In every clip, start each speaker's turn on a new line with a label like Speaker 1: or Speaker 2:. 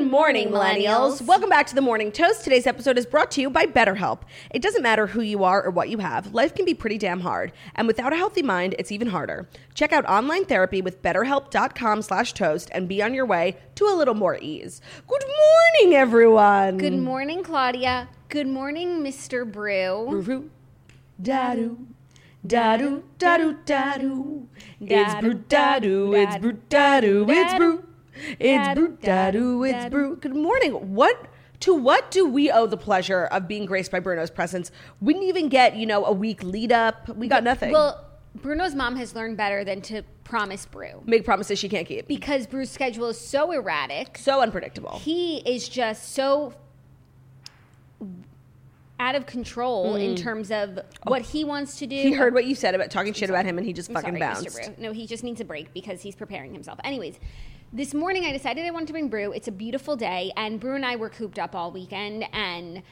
Speaker 1: Good morning, millennials. Welcome back to the Morning Toast. Today's episode is brought to you by BetterHelp. It doesn't matter who you are or what you have, life can be pretty damn hard, and without a healthy mind, it's even harder. Check out online therapy with BetterHelp.com/toast and be on your way to a little more ease. Good morning, everyone.
Speaker 2: Good morning, Claudia. Good morning, Mr. Brew.
Speaker 1: Roo, da-doo, da-doo, da-doo, da-doo. It's
Speaker 2: Da-doo,
Speaker 1: brew, da-doo, it's
Speaker 2: da-doo,
Speaker 1: brew, da-doo, it's
Speaker 2: da-doo,
Speaker 1: brew. It's
Speaker 2: da-doo,
Speaker 1: brew, da-doo, it's
Speaker 2: da-doo.
Speaker 1: brew. Good morning. What to what do we owe the pleasure of being graced by Bruno's presence? We didn't even get, you know, a week lead up. We got nothing.
Speaker 2: Well, Bruno's mom has learned better than to promise Brew
Speaker 1: Make promises she can't keep.
Speaker 2: because Brew's schedule is so erratic.
Speaker 1: So unpredictable.
Speaker 2: He is just so out of control in terms of what he wants to do.
Speaker 1: Oh. He heard what you said about talking shit about him and he just
Speaker 2: I'm
Speaker 1: fucking
Speaker 2: sorry,
Speaker 1: bounced.
Speaker 2: Mr. Brew. No, he just needs a break because he's preparing himself. Anyways, this morning I decided I wanted to bring Brew. It's a beautiful day, and Brew and I were cooped up all weekend, and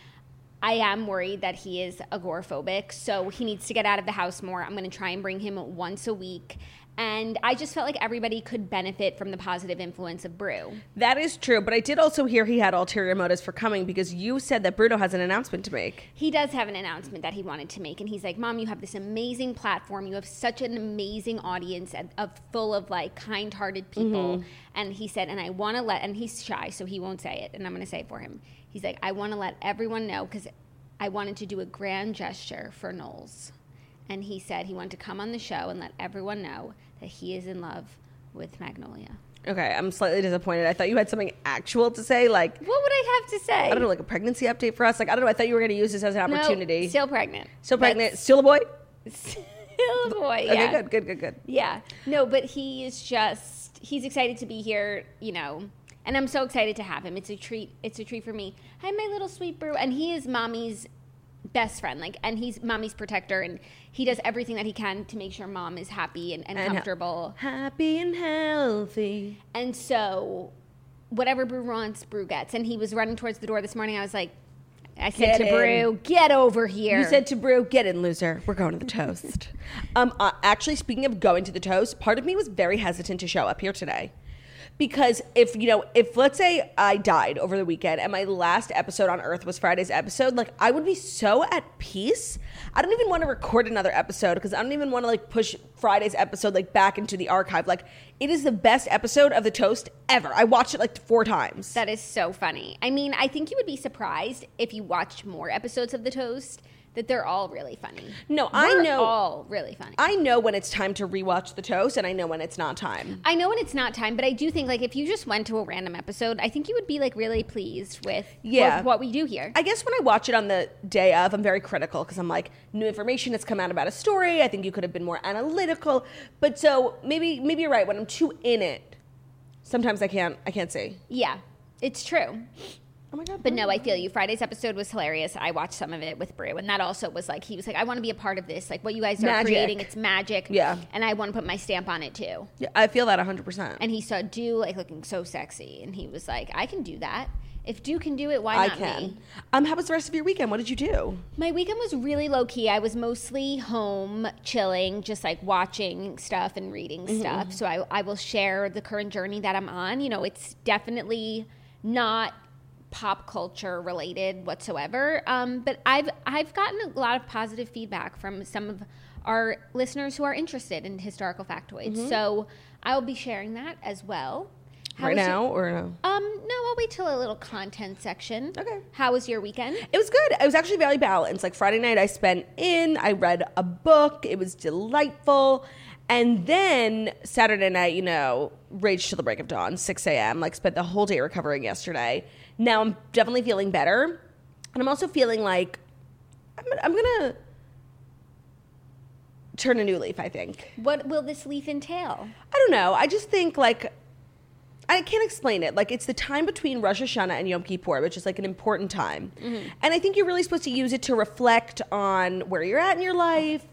Speaker 2: I am worried that he is agoraphobic, so he needs to get out of the house more. I'm going to try and bring him once a week. And I just felt like everybody could benefit from the positive influence of Brew.
Speaker 1: That is true, but I did also hear he had ulterior motives for coming because you said that Bruno has an announcement to make.
Speaker 2: He does have an announcement that he wanted to make, and he's like, "Mom, you have this amazing platform. You have such an amazing audience and of full of like kind-hearted people."
Speaker 1: Mm-hmm.
Speaker 2: And he said, "And I want to let," and he's shy, so he won't say it, and I'm going to say it for him. He's like, "I want to let everyone know because I wanted to do a grand gesture for Knowles," and he said he wanted to come on the show and let everyone know that he is in love with Magnolia.
Speaker 1: Okay, I'm slightly disappointed. I thought you had something actual to say, like
Speaker 2: What would I have to say?
Speaker 1: I don't know, like a pregnancy update for us. Like I don't know. I thought you were going to use this as an
Speaker 2: No,
Speaker 1: opportunity.
Speaker 2: still pregnant.
Speaker 1: still pregnant.
Speaker 2: That's-
Speaker 1: Still a boy.
Speaker 2: Still a boy. Yeah.
Speaker 1: Okay, good, good, good, good.
Speaker 2: Yeah. No, but he is just he's excited to be here, you know. And I'm so excited to have him. It's a treat. It's a treat for me. Hi, my little sweet brew. And he is mommy's best friend. Like and he's mommy's protector and he does everything that he can to make sure mom is happy and, and,
Speaker 1: And-
Speaker 2: comfortable.
Speaker 1: Happy and healthy.
Speaker 2: And so whatever brew wants, brew gets. And he was running towards the door this morning. I was like I
Speaker 1: Get
Speaker 2: said to
Speaker 1: in.
Speaker 2: Brew, get over here.
Speaker 1: You said to Brew, "Get in, loser. We're going to the toast." um, uh, actually, speaking of going to the toast, part of me was very hesitant to show up here today because if you know, if let's say I died over the weekend and my last episode on Earth was Friday's episode, like I would be so at peace. I don't even want to record another episode because I don't even want to like push Friday's episode like back into the archive. Like it is the best episode of the toast ever. I watched it like four times.
Speaker 2: That is so funny. I mean, I think you would be surprised if you watched more episodes of The Toast that they're all really funny.
Speaker 1: No, I
Speaker 2: We're
Speaker 1: know-
Speaker 2: all really funny. I,
Speaker 1: I know when it's time to rewatch the toast, and I know when it's not time.
Speaker 2: know when it's not time, but I do think like if you just went to a random episode, I think you would be like really pleased with
Speaker 1: Yeah.
Speaker 2: with what we do here.
Speaker 1: I guess when I watch it on the day of, I'm very critical because I'm like, new information has come out about a story. I think you could have been more analytical. But so maybe maybe you're right. When I'm too in it, sometimes I can't I can't see.
Speaker 2: yeah, it's true.
Speaker 1: Oh my god.
Speaker 2: But no, I feel you. Friday's episode was hilarious. I watched some of it with Brew, and that also was like he was like, I want to be a part of this. Like what you guys are
Speaker 1: Magic.
Speaker 2: creating, it's magic.
Speaker 1: Yeah.
Speaker 2: and I want to put my stamp on it too.
Speaker 1: Yeah, I feel that 100. percent
Speaker 2: and he saw Dew like looking so sexy, and he was like, "I can do that. If Dew can do it, why
Speaker 1: I
Speaker 2: not
Speaker 1: can.
Speaker 2: me?"
Speaker 1: Um, how was the rest of your weekend? What did you do?
Speaker 2: My weekend was really low key. I was mostly home, chilling, just like watching stuff and reading
Speaker 1: Mm-hmm,
Speaker 2: stuff. So I, I will share the current journey that I'm on. You know, it's definitely not pop culture related whatsoever. Um, but I've I've gotten a lot of positive feedback from some of our listeners who are interested in historical
Speaker 1: Mm-hmm.
Speaker 2: factoids. So I will be sharing that as well. How
Speaker 1: right
Speaker 2: was your-
Speaker 1: now or no?
Speaker 2: Um, no, I'll we'll wait till a little content section.
Speaker 1: Okay.
Speaker 2: How was your weekend?
Speaker 1: It was good. It was actually very balanced. Like Friday night, I spent in, I read a book, it was delightful. And then Saturday night, you know, rage till the break of dawn, 6 a.m., like spent the whole day recovering yesterday. Now I'm definitely feeling better. And I'm also feeling like I'm, I'm going to turn a new leaf, I think.
Speaker 2: What will this leaf entail?
Speaker 1: I don't know. I just think like I can't explain it. Like it's the time between Rosh Hashanah and Yom Kippur, which is like an important time,
Speaker 2: Mm-hmm.
Speaker 1: and I think you're really supposed to use it to reflect on where you're at in your life.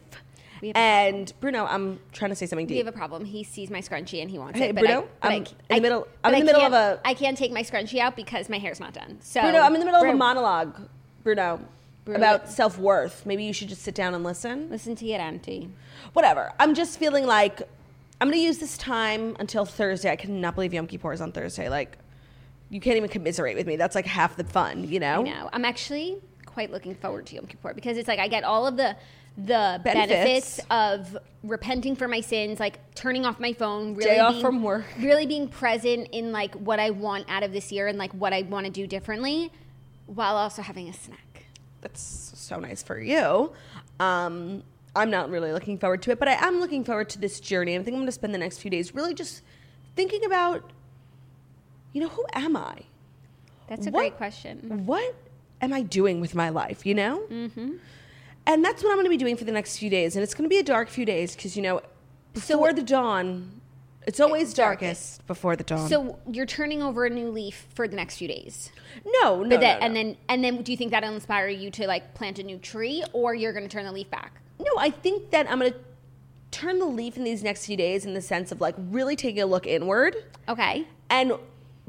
Speaker 2: We have a
Speaker 1: And Bruno, I'm trying to say something
Speaker 2: We have
Speaker 1: deep.
Speaker 2: a problem. He sees my scrunchie and he wants
Speaker 1: Hey,
Speaker 2: it. But
Speaker 1: Bruno,
Speaker 2: I, but I
Speaker 1: I'm
Speaker 2: c-
Speaker 1: in the
Speaker 2: I-
Speaker 1: middle-
Speaker 2: but
Speaker 1: I'm in
Speaker 2: I
Speaker 1: the middle of
Speaker 2: can't-
Speaker 1: a-
Speaker 2: I can't take my scrunchie out because my hair's not done. So
Speaker 1: Bruno, I'm in the middle of a
Speaker 2: Bruno,
Speaker 1: monologue, Bruno,
Speaker 2: Bruno.
Speaker 1: about self worth. Maybe you should just sit down and listen.
Speaker 2: Listen to your auntie.
Speaker 1: Whatever. I'm just feeling like I'm going to use this time until Thursday. I cannot believe Yom Kippur is on Thursday. Like you can't even commiserate with me. That's like half the fun, you know.
Speaker 2: I know. I'm actually quite looking forward to Yom Kippur because it's like I get all of the the
Speaker 1: Benefits.
Speaker 2: benefits, of repenting for my sins, like turning off my phone, really
Speaker 1: Day off
Speaker 2: being,
Speaker 1: from work.
Speaker 2: really being present in like what I want out of this year and like what I want to do differently, while also having a snack.
Speaker 1: that's so nice for you. Um, I'm not really looking forward to it, but I am looking forward to this journey. I think I'm going to spend the next few days really just thinking about, you know, who am I?
Speaker 2: That's a
Speaker 1: What-
Speaker 2: great question.
Speaker 1: What am I doing with my life? You know. Mm-hmm. And that's what I'm going to be doing for the next few days, and it's going to be a dark few days because you know, before the dawn, it's always darkest, before the dawn.
Speaker 2: So you're turning over a new leaf for the next few days.
Speaker 1: no, no, no,
Speaker 2: But that,
Speaker 1: no.
Speaker 2: and then and then do you think that'll inspire you to like plant a new tree or you're going to turn the leaf back?
Speaker 1: No, I think that I'm going to turn the leaf in these next few days in the sense of like really taking a look inward.
Speaker 2: Okay.
Speaker 1: And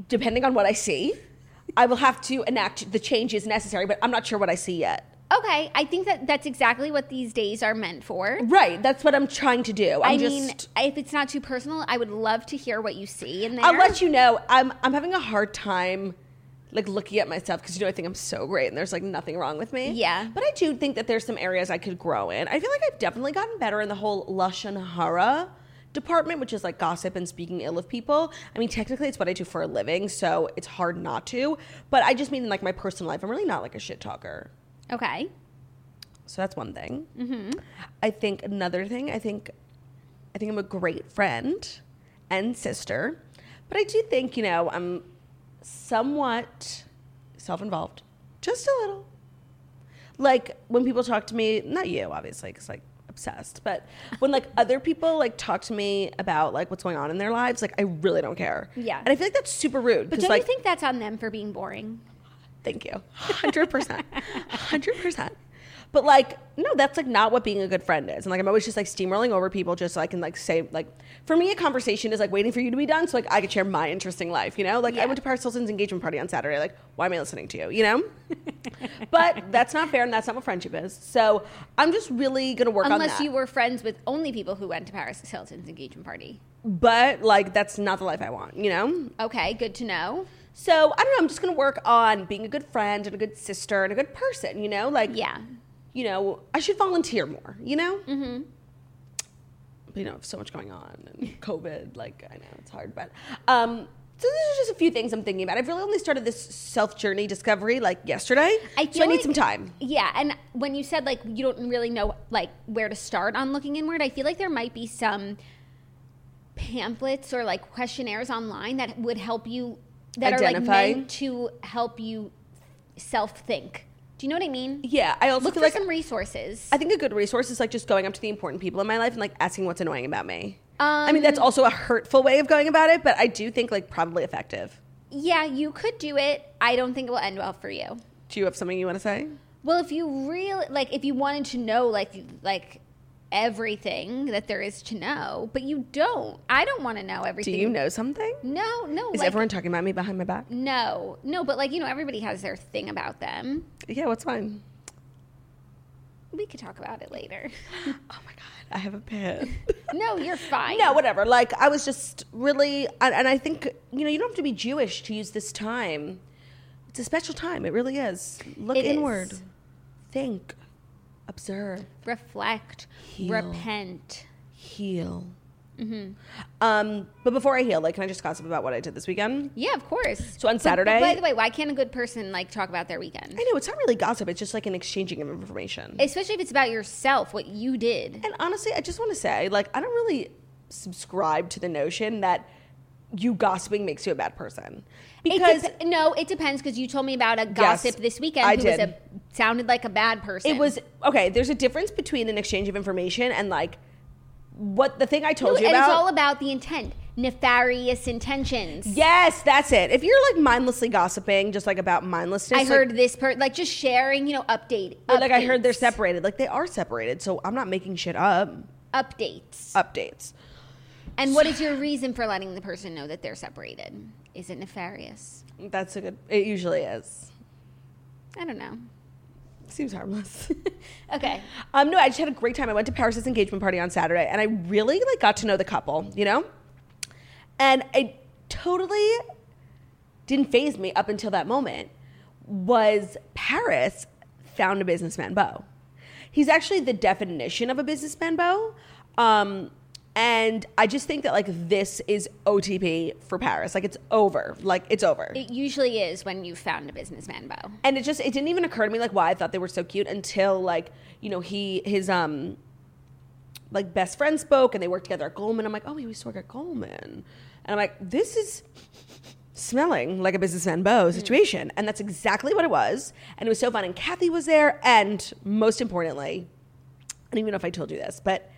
Speaker 1: depending on what I see, I will have to enact the changes necessary, but I'm not sure what I see yet.
Speaker 2: Okay, I think that that's exactly what these days are meant for.
Speaker 1: Right, that's what I'm trying to do. I'm
Speaker 2: i mean,
Speaker 1: just
Speaker 2: if it's not too personal, I would love to hear what you see in there.
Speaker 1: I'll let you know. I'm I'm having a hard time like looking at myself because you know I think I'm so great and there's like nothing wrong with me.
Speaker 2: Yeah.
Speaker 1: But I do think that there's some areas I could grow in. I feel like I've definitely gotten better in the whole lashon hara department, which is like gossip and speaking ill of people. I mean, technically it's what I do for a living, so it's hard not to. But I just mean in like my personal life, I'm really not like a shit talker.
Speaker 2: Okay,
Speaker 1: So that's one thing.
Speaker 2: Mm-hmm.
Speaker 1: I think another thing. I think, I think I'm a great friend and sister, but I do think you know I'm somewhat self-involved, just a little. Like when people talk to me, not you, obviously, because like obsessed, but when like other people like talk to me about like what's going on in their lives, like I really don't care.
Speaker 2: Yeah.
Speaker 1: and I feel like that's super rude.
Speaker 2: but
Speaker 1: 'cause,
Speaker 2: don't
Speaker 1: like,
Speaker 2: you think that's on them for being boring?
Speaker 1: Thank you. 100%. 100%. But like, no, that's like not what being a good friend is. And like, I'm always just like steamrolling over people just so I can like say, like, for me, a conversation is like waiting for you to be done so like I could share my interesting life, you know? Like, I
Speaker 2: Yeah.
Speaker 1: went to Paris Hilton's engagement party on Saturday. Like, why am I listening to you, you know? but that's not fair and that's not what friendship is. So I'm just really going to work on that.
Speaker 2: Unless you were friends with only people who went to Paris Hilton's engagement party.
Speaker 1: But like, that's not the life I want, you know?
Speaker 2: Okay, good to know.
Speaker 1: So I don't know. I'm just going to work on being a good friend and a good sister and a good person, you know? Like,
Speaker 2: Yeah,
Speaker 1: you know, I should volunteer more, you know? Mm-hmm. But, you know, so much going on and COVID, like, I know it's hard, but. Um, so these are just a few things I'm thinking about. I've really only started this self journey discovery like yesterday, so I need
Speaker 2: like-
Speaker 1: some time.
Speaker 2: Yeah, and when you said like you don't really know like where to start on looking inward, I feel like there might be some pamphlets or like questionnaires online that would help you that are
Speaker 1: Identify.
Speaker 2: like meant to help you self think. Do you know what I mean?
Speaker 1: Yeah, I also
Speaker 2: Look for
Speaker 1: feel like
Speaker 2: some resources.
Speaker 1: I think a good resource is like just going up to the important people in my life and like asking what's annoying about me. I mean,
Speaker 2: Um,
Speaker 1: that's also a hurtful way of going about it, but I do think like probably effective.
Speaker 2: yeah, you could do it. I don't think it will end well for you.
Speaker 1: Do you have something you want to say?
Speaker 2: Well, if you really like, if you wanted to know, like, like everything that there is to know, but you don't. I don't want to know
Speaker 1: Do
Speaker 2: everything.
Speaker 1: you know something?
Speaker 2: No, no.
Speaker 1: Is
Speaker 2: like,
Speaker 1: everyone talking about me behind my back?
Speaker 2: No, no, but like you know, everybody has their thing about them.
Speaker 1: Yeah, what's fine?
Speaker 2: We could talk about it later.
Speaker 1: Oh my god, I have a pit.
Speaker 2: no, you're fine.
Speaker 1: no, whatever. Like I was just really, and, and I think you know you don't have to be Jewish to use this time. It's a special time. It really is. Look
Speaker 2: It is.
Speaker 1: inward, think, observe,
Speaker 2: reflect,
Speaker 1: Heal.
Speaker 2: repent,
Speaker 1: heal, Um, but before I heal, like, can I just gossip about what I did this weekend?
Speaker 2: Yeah, of course.
Speaker 1: So on
Speaker 2: But- but
Speaker 1: Saturday-
Speaker 2: by the way, why can't a good person like talk about their weekend?
Speaker 1: I know it's not really gossip; it's just like an exchanging of information.
Speaker 2: Especially if it's about yourself, what you did.
Speaker 1: And honestly, I just want to say, like, I don't really subscribe to the notion that you gossiping makes you a bad person.
Speaker 2: It
Speaker 1: Because it,
Speaker 2: dep- no, it depends because you told me about a gossip this weekend
Speaker 1: I
Speaker 2: who was
Speaker 1: did.
Speaker 2: a sounded like a bad person.
Speaker 1: was okay, there's a difference between an exchange of information and like what the thing I told you
Speaker 2: and
Speaker 1: about.
Speaker 2: it's all about the intent, nefarious intentions.
Speaker 1: yes, that's it. If you're like mindlessly gossiping, just like about mindlessness,
Speaker 2: I
Speaker 1: like-
Speaker 2: heard this per like just sharing, you know, update.
Speaker 1: or, like I heard they're
Speaker 2: updates,
Speaker 1: separated. Like they are separated, so I'm not making shit up.
Speaker 2: updates.
Speaker 1: Updates.
Speaker 2: And what is your reason for letting the person know that they're separated? Is it nefarious?
Speaker 1: That's a good. It usually is.
Speaker 2: I don't know.
Speaker 1: Seems harmless.
Speaker 2: Okay.
Speaker 1: Um, no, I just had a great time. I went to Paris's engagement party on Saturday, and I really like got to know the couple, you know. And it totally didn't phase me up until that moment. Was Paris found a businessman beau? He's actually the definition of a businessman beau. Um, and I just think that like this is OTP for Paris. Like it's over. Like it's over.
Speaker 2: It usually is when you found a businessman bow.
Speaker 1: and it just it didn't even occur to me like why I thought they were so cute until like you know he his um like best friend spoke and they worked together at Goldman. I'm like, oh, we used to work at Goldman, and I'm like, this is smelling like a businessman
Speaker 2: Mm.
Speaker 1: beau situation, and that's exactly what it was. And it was so fun, and Kathy was there, and most importantly, I don't even know if I told you this, but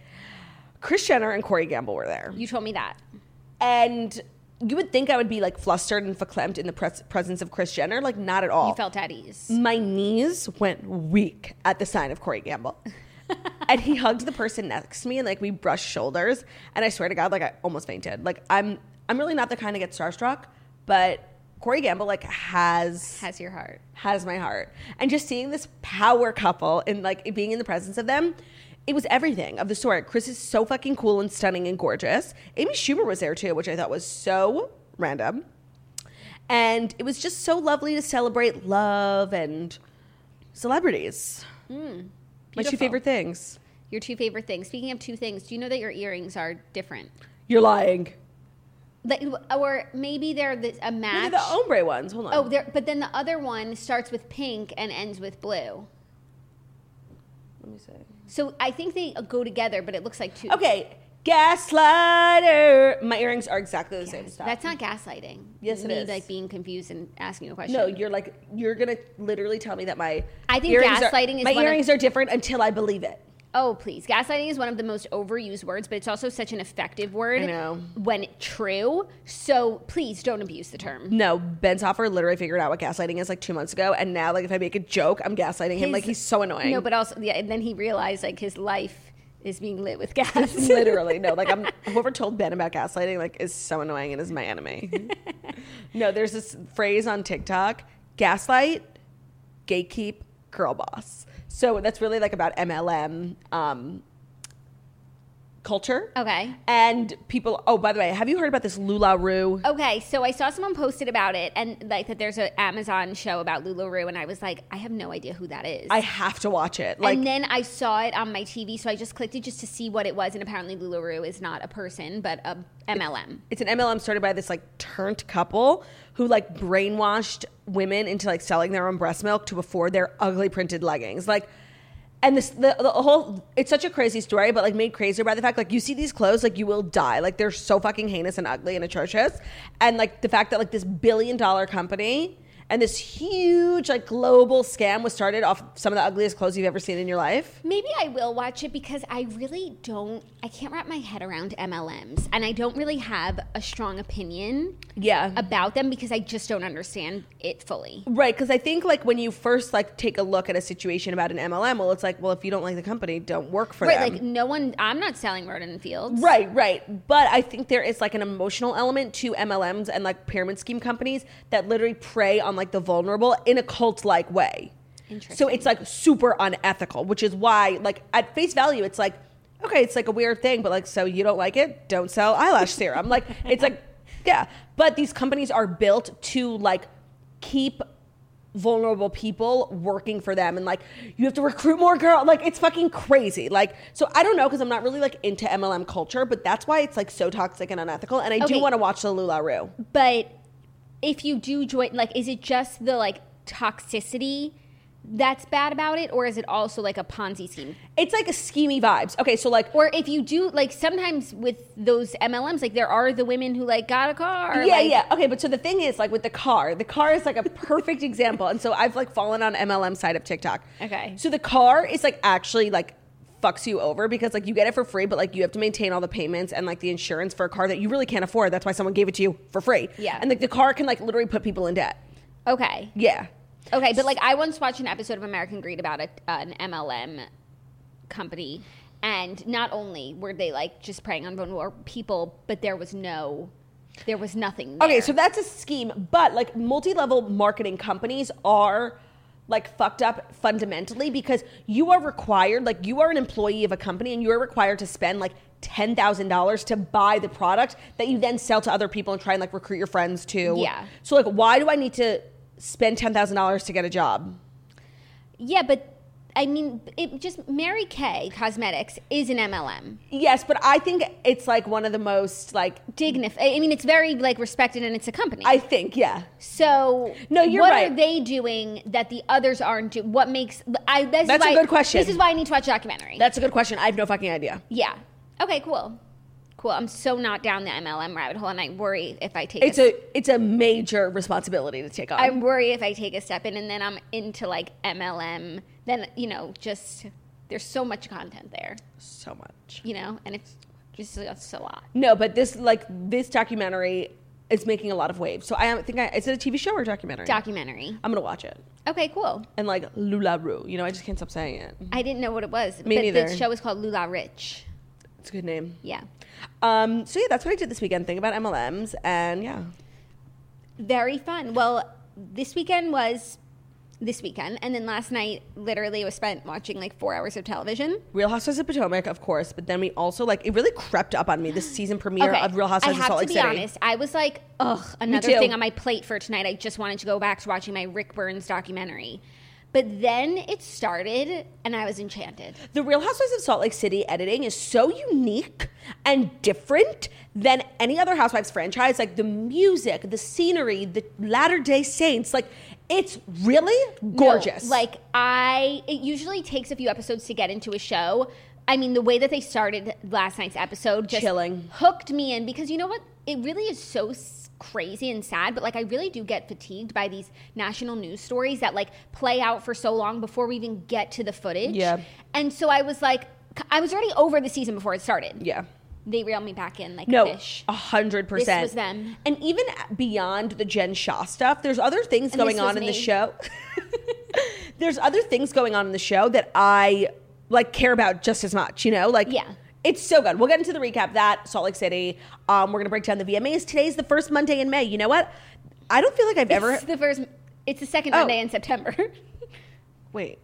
Speaker 1: Chris Jenner and Corey Gamble were there
Speaker 2: You told me that.
Speaker 1: and you would think I would be like flustered and verklempt in the pres- presence of Chris Jenner, like not at all.
Speaker 2: You felt at ease.
Speaker 1: My knees went weak at the sign of Corey Gamble, and he hugged the person next to me, and like we brushed shoulders, and I swear to God, like I almost fainted. Like I'm, I'm really not the kind to get starstruck, but Corey Gamble like has
Speaker 2: Has your heart.
Speaker 1: has my heart. And just seeing this power couple and like it being in the presence of them, it was everything of the sort. Chris is so fucking cool and stunning and gorgeous. Amy Schumer was there too, which I thought was so random. And it was just so lovely to celebrate love and celebrities. My two
Speaker 2: Hmm. beautiful.
Speaker 1: favorite things.
Speaker 2: Your two favorite things. Speaking of two things, do you know that your earrings are different?
Speaker 1: You're lying.
Speaker 2: Like, or maybe they're the, a
Speaker 1: Look
Speaker 2: match.
Speaker 1: at the ombre ones. Hold on.
Speaker 2: oh, they're, but then the other one starts with pink and ends with blue.
Speaker 1: let me see.
Speaker 2: So I think they go together, but it looks like two.
Speaker 1: Okay, gaslighter. My earrings are exactly the same stuff.
Speaker 2: That's not gaslighting.
Speaker 1: Yes, it
Speaker 2: Me,
Speaker 1: is.
Speaker 2: Like being confused and asking a question.
Speaker 1: No, you're like you're gonna literally tell me that my
Speaker 2: I think
Speaker 1: earrings are-
Speaker 2: gaslighting is
Speaker 1: my
Speaker 2: one of-
Speaker 1: earrings are different until I believe it.
Speaker 2: Oh, please. Gaslighting is one of the most overused words, but it's also such an effective word
Speaker 1: I know.
Speaker 2: when true. So please don't abuse the term.
Speaker 1: No, Ben Soffer literally figured out what gaslighting is like two months ago, and now like if I make a joke, I'm gaslighting him.
Speaker 2: His-
Speaker 1: Like he's so annoying.
Speaker 2: No, but also, yeah, and then he realized like his life is being lit with gas.
Speaker 1: literally no. Like I'm whoever told Ben about gaslighting like is so annoying and is my enemy.
Speaker 2: Mm-hmm.
Speaker 1: no, there's this phrase on TikTok: gaslight, gatekeep, girl boss. So that's really like about MLM um, culture.
Speaker 2: Okay.
Speaker 1: And people, oh, by the way, have you heard about this LuLaRue?
Speaker 2: Okay, so I saw someone posted about it, and like that there's an Amazon show about Lularoe, and I was like, I have no idea who that is.
Speaker 1: I have to watch it. Like,
Speaker 2: and then I saw it on my TV, so I just clicked it just to see what it was. And apparently, Lularoe is not a person, but a MLM.
Speaker 1: it's an MLM started by this like turned couple who like brainwashed women into like selling their own breast milk to afford their ugly printed leggings. Like, and this the, the whole it's such a crazy story, but like made crazier by the fact like you see these clothes like you will die. Like they're so fucking heinous and ugly and atrocious, and like the fact that like this billion dollar company. And this huge, like, global scam was started off some of the ugliest clothes you've ever seen in your life.
Speaker 2: Maybe I will watch it because I really don't. I can't wrap my head around MLMs, and I don't really have a strong opinion
Speaker 1: Yeah.
Speaker 2: about them because I just don't understand it fully.
Speaker 1: Right, because I think like when you first like take a look at a situation about an MLM, well, it's like, well, if you don't like the company, don't work for
Speaker 2: Right,
Speaker 1: them.
Speaker 2: like no one. I'm not selling rodent fields.
Speaker 1: right, right. But I think there is like an emotional element to MLMs and like pyramid scheme companies that literally prey on like the vulnerable in a cult like way. So
Speaker 2: Interesting.
Speaker 1: it's like super unethical, which is why like at face value, it's like okay, it's like a weird thing, but like so you don't like it, don't sell eyelash serum. Like it's like yeah, but these companies are built to like keep vulnerable people working for them and like you have to recruit more girl like it's fucking crazy like so i don't know because i'm not really like into mlm culture but that's why it's like so toxic and unethical and i do
Speaker 2: Okay.
Speaker 1: want to watch the lularoo
Speaker 2: but if you do join like is it just the like toxicity that's bad about it or is it also like a ponzi scheme
Speaker 1: it's like a schemy vibes okay so like
Speaker 2: or if you do like sometimes with those mlms like there are the women who like got a car
Speaker 1: yeah,
Speaker 2: like-
Speaker 1: yeah. Okay, but so the thing is, like with the car, the car is like a perfect example. And so I've like fallen on MLM side of TikTok.
Speaker 2: Okay.
Speaker 1: So the car is like actually like fucks you over because like you get it for free, but like you have to maintain all the payments and like the insurance for a car that you really can't afford. That's why someone gave it to you for free.
Speaker 2: Yeah.
Speaker 1: And like the car can like literally put people in debt.
Speaker 2: okay
Speaker 1: Yeah.
Speaker 2: Okay, but like I once watched an episode of American Greed about a, uh, an MLM company, and not only were they like just preying on vulnerable people, but there was no, there was nothing. There.
Speaker 1: Okay, so that's a scheme, but like multi-level marketing companies are like fucked up fundamentally because you are required, like you are an employee of a company and you are required to spend like ten thousand dollars to buy the product that you then sell to other people and try and like recruit your friends to.
Speaker 2: Yeah.
Speaker 1: So like, why do I need to spend ten thousand dollars to get a job?
Speaker 2: yeah, but I mean, it just Mary Kay Cosmetics is an MLM.
Speaker 1: Yes, but I think it's like one of the most like
Speaker 2: Dignif- I I mean, it's very like respected, and it's a company.
Speaker 1: I think yeah.
Speaker 2: so
Speaker 1: No, you're
Speaker 2: what
Speaker 1: right.
Speaker 2: are they doing that the others aren't doing? What makes I? This is
Speaker 1: That's a
Speaker 2: why-
Speaker 1: good question.
Speaker 2: This is why I need to watch a documentary.
Speaker 1: That's a good question. I have no fucking idea.
Speaker 2: Yeah. Okay, cool. Cool. I'm so not down the MLM rabbit hole and I worry if I take
Speaker 1: It's
Speaker 2: a,
Speaker 1: a it's a major responsibility to take on.
Speaker 2: I worry if I take a step in and then I'm into like MLM, then you know, just there's so much content there,
Speaker 1: so much.
Speaker 2: you know, and it's just that's a lot.
Speaker 1: No, but this like this documentary is making a lot of waves. So I am- think I is it a TV show or a documentary?
Speaker 2: Documentary.
Speaker 1: I'm gonna watch it.
Speaker 2: Okay, cool.
Speaker 1: And like Lula Rue, you know, I just can't stop saying it.
Speaker 2: I didn't know what it was.
Speaker 1: Me
Speaker 2: but
Speaker 1: neither.
Speaker 2: the show is called Lula Rich.
Speaker 1: It's a good name.
Speaker 2: Yeah.
Speaker 1: Um, so yeah, that's what I did this weekend. Think about MLMs and yeah,
Speaker 2: Very fun. Well, this weekend was this weekend and then last night literally was spent watching like four hours of television.
Speaker 1: Real Housewives of Potomac, of course. But then we also like it really crept up on me this season premiere of Real
Speaker 2: I
Speaker 1: Housewives
Speaker 2: have
Speaker 1: of Salt Lake
Speaker 2: to be
Speaker 1: City.
Speaker 2: honest. I was like, ugh, another
Speaker 1: too.
Speaker 2: thing on my plate for tonight. I just wanted to go back to watching my Rick Burns documentary. But then it started and I was enchanted.
Speaker 1: The Real Housewives of Salt Lake City editing is so unique and different than any other Housewives franchise. Like the music, the scenery, the Latter day Saints, like it's really gorgeous.
Speaker 2: No, like I it usually takes a few episodes to get into a show. I mean, the way that they started last night's episode just
Speaker 1: Chilling.
Speaker 2: hooked me in because you know what? It really is so s- crazy and sad, but like I really do get fatigued by these national news stories that like play out for so long before we even get to the footage.
Speaker 1: Yeah.
Speaker 2: And so I was like I was already over the season before it started.
Speaker 1: yeah.
Speaker 2: They reel me back in like
Speaker 1: No,
Speaker 2: a fish.
Speaker 1: a hundred percent.
Speaker 2: This was them.
Speaker 1: and even beyond the Jen Shaw stuff, there's other things
Speaker 2: And
Speaker 1: going
Speaker 2: this was
Speaker 1: on in the
Speaker 2: me.
Speaker 1: show. there's other things going on in the show that I like care about just as much. You know, like
Speaker 2: Yeah.
Speaker 1: It's so good. We'll get into the recap of that Salt Lake City. Um, we're gonna break down the VMAs. Today's the first Monday in May. You know what? I don't feel like I've ever
Speaker 2: It's the first it's the second
Speaker 1: Oh.
Speaker 2: Monday in September.
Speaker 1: wait.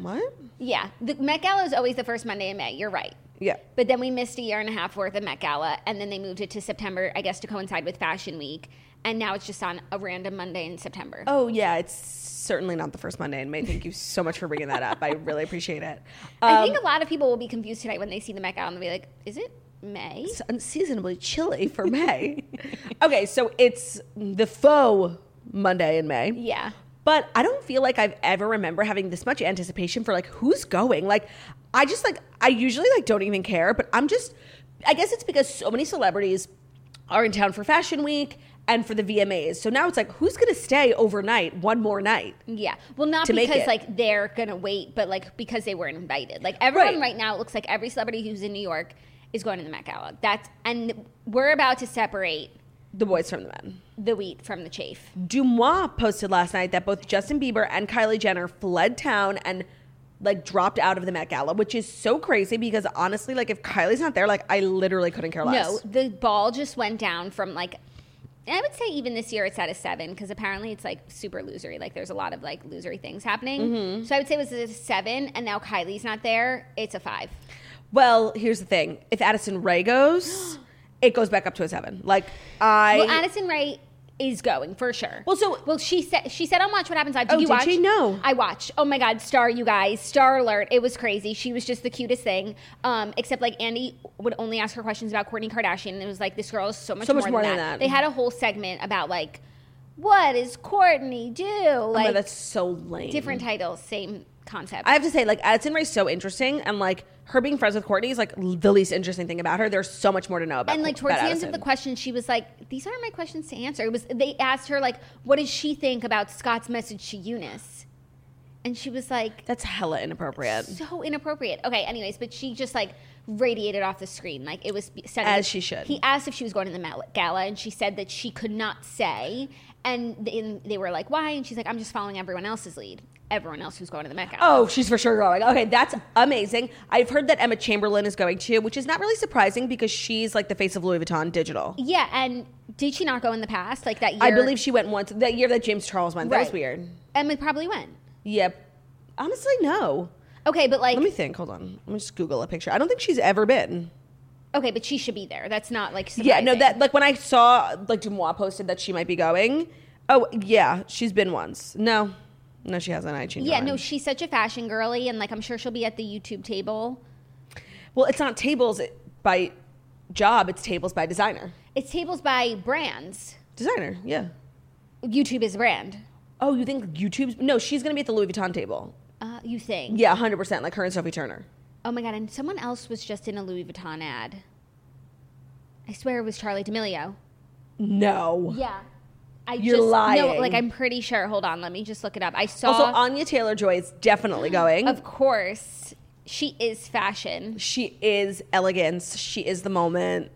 Speaker 1: What?
Speaker 2: Yeah, the Met Gala is always the first Monday in May. You're right.
Speaker 1: Yeah.
Speaker 2: But then we missed a year and a half worth of Met Gala, and then they moved it to September, I guess, to coincide with Fashion Week. And now it's just on a random Monday in September.
Speaker 1: Oh yeah, it's certainly not the first Monday in May. Thank you so much for bringing that up. I really appreciate it. Um,
Speaker 2: I think a lot of people will be confused tonight when they see the Met Gala and they'll be like, is it May?
Speaker 1: It's unseasonably chilly for May. okay, so it's the faux Monday in May.
Speaker 2: Yeah.
Speaker 1: But I don't feel like I've ever remember having this much anticipation for like who's going. Like I just like I usually like don't even care, but I'm just I guess it's because so many celebrities are in town for Fashion Week and for the VMAs. So now it's like who's going to stay overnight one more night?
Speaker 2: Yeah. Well, not
Speaker 1: To make
Speaker 2: because
Speaker 1: it.
Speaker 2: like they're gonna wait, but like because they were invited. Like everyone
Speaker 1: Right.
Speaker 2: right, now, it looks like every celebrity who's in New York is going to the Met Gala. That's and we're about to separate
Speaker 1: The boys from the men.
Speaker 2: the wheat from the chaff.
Speaker 1: Dumois posted last night that both Justin Bieber and Kylie Jenner fled town and like dropped out of the Met Gala, which is so crazy because honestly, like if Kylie's not there, like I literally couldn't care less.
Speaker 2: No, the ball just went down from like. I would say even this year it's at a seven because apparently it's like super losery. Like there's a lot of like losery things happening. So I would say it was a seven, and now Kylie's not there. It's a five.
Speaker 1: Well, here's the thing: if Addison Ray goes, it goes back up to a seven. Like I,
Speaker 2: well, Addison Ray is going for sure.
Speaker 1: Well, so-
Speaker 2: well, she said she said on Watch What Happens Live. Did
Speaker 1: Oh,
Speaker 2: you
Speaker 1: did
Speaker 2: watch?
Speaker 1: she? No.
Speaker 2: I watched. Oh my God, Star, you guys, Star Alert! It was crazy. She was just the cutest thing. Um, except like Andy would only ask her questions about Kourtney Kardashian, and it was like this girl is so much,
Speaker 1: So much more than that.
Speaker 2: They had a whole segment about like, what is Courtney do? Like
Speaker 1: Like, Oh that's so lame.
Speaker 2: different titles, same concept.
Speaker 1: I have to say, like, Addison Rae's so interesting, and like her being friends with Courtney is like l- the least interesting thing about her. There's so much more to know about.
Speaker 2: and like
Speaker 1: Cour-
Speaker 2: towards
Speaker 1: about
Speaker 2: the end of the
Speaker 1: Addison.
Speaker 2: question she was like these aren't my questions to answer it was they asked her like what does she think about scott's message to eunice and she was like
Speaker 1: that's hella inappropriate.
Speaker 2: so inappropriate okay anyways but she just like radiated off the screen like it was sent
Speaker 1: As she should.
Speaker 2: he asked if she was going to the Met gala and she said that she could not say and then they were like why and she's like i'm just following everyone else's lead everyone else who's going to the Met gala
Speaker 1: Oh, she's for sure going. Okay, that's amazing. I've heard that Emma Chamberlain is going too, which is not really surprising because she's like the face of Louis Vuitton digital.
Speaker 2: yeah and did she not go in the past like that year
Speaker 1: I believe she went once that year that James Charles went. That was
Speaker 2: Right.
Speaker 1: weird.
Speaker 2: emily probably went
Speaker 1: Yep. Honestly, no.
Speaker 2: okay but like
Speaker 1: Let me think. Hold on. Let me just Google a picture. I don't think she's ever been.
Speaker 2: Okay, but she should be there. That's not like
Speaker 1: Yeah, no,
Speaker 2: surprising.
Speaker 1: that like when I saw like Dumois posted that she might be going. Oh yeah, she's been once. No, no, she hasn't. I changed. my
Speaker 2: yeah, no,
Speaker 1: mind.
Speaker 2: she's such a fashion girly, and like I'm sure she'll be at the YouTube table.
Speaker 1: well, it's not tables by job. It's tables by designer.
Speaker 2: It's tables by brands.
Speaker 1: Designer. Yeah.
Speaker 2: YouTube is a brand.
Speaker 1: Oh, you think YouTube's? No, she's gonna be at the Louis Vuitton table.
Speaker 2: Uh, you think?
Speaker 1: Yeah, hundred percent. Like her and Sophie Turner.
Speaker 2: Oh my god! And someone else was just in a Louis Vuitton ad. I swear it was Charlie D'Amelio.
Speaker 1: No.
Speaker 2: Yeah. I
Speaker 1: You're
Speaker 2: just, No,
Speaker 1: lying.
Speaker 2: like I'm pretty sure. Hold on, let me just look it up. I saw.
Speaker 1: Also, Anya Taylor Joy is definitely going.
Speaker 2: of course, she is fashion.
Speaker 1: she is elegance. She is the moment.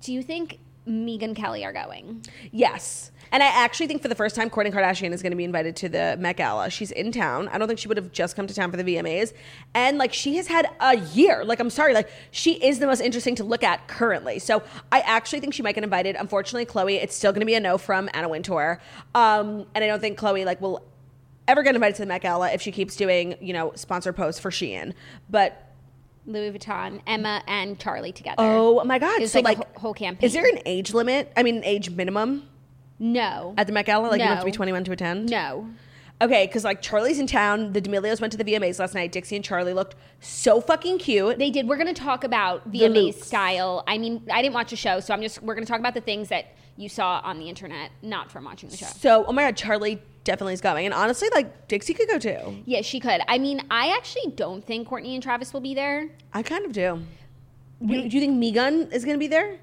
Speaker 2: Do you think Megan Kelly are going?
Speaker 1: Yes. And I actually think for the first time, Kourtney Kardashian is going to be invited to the Met Gala. She's in town. I don't think she would have just come to town for the VMAs. And like she has had a year. Like I'm sorry, like she is the most interesting to look at currently. So I actually think she might get invited. Unfortunately, Chloe, it's still going to be a no from Anna Wintour. Um, and I don't think Chloe like will ever get invited to the Met Gala if she keeps doing you know sponsor posts for Shein. But
Speaker 2: Louis Vuitton, Emma, and Charlie together.
Speaker 1: oh my god,
Speaker 2: It's
Speaker 1: so
Speaker 2: like
Speaker 1: like,
Speaker 2: a wh- whole campaign.
Speaker 1: Is there an age limit? I mean, an age minimum
Speaker 2: no.
Speaker 1: at the Met Gala? Like you have to be
Speaker 2: No.
Speaker 1: 21 to attend.
Speaker 2: No.
Speaker 1: Okay, because like Charlie's in town. The D'Amelios went to the VMAs last night. Dixie and Charlie looked so fucking cute.
Speaker 2: They did. We're going to talk about
Speaker 1: The
Speaker 2: VMA's
Speaker 1: looks.
Speaker 2: style. I mean, I didn't watch the show, so I'm just, we're going to talk about the things that you saw on the internet, not from watching the show.
Speaker 1: so, oh my god, Charlie definitely is going. And honestly, like Dixie could go too.
Speaker 2: Yeah, she could. I mean, I actually don't think Courtney and Travis will be there.
Speaker 1: I kind of do. You, do you think Megan is going to be there?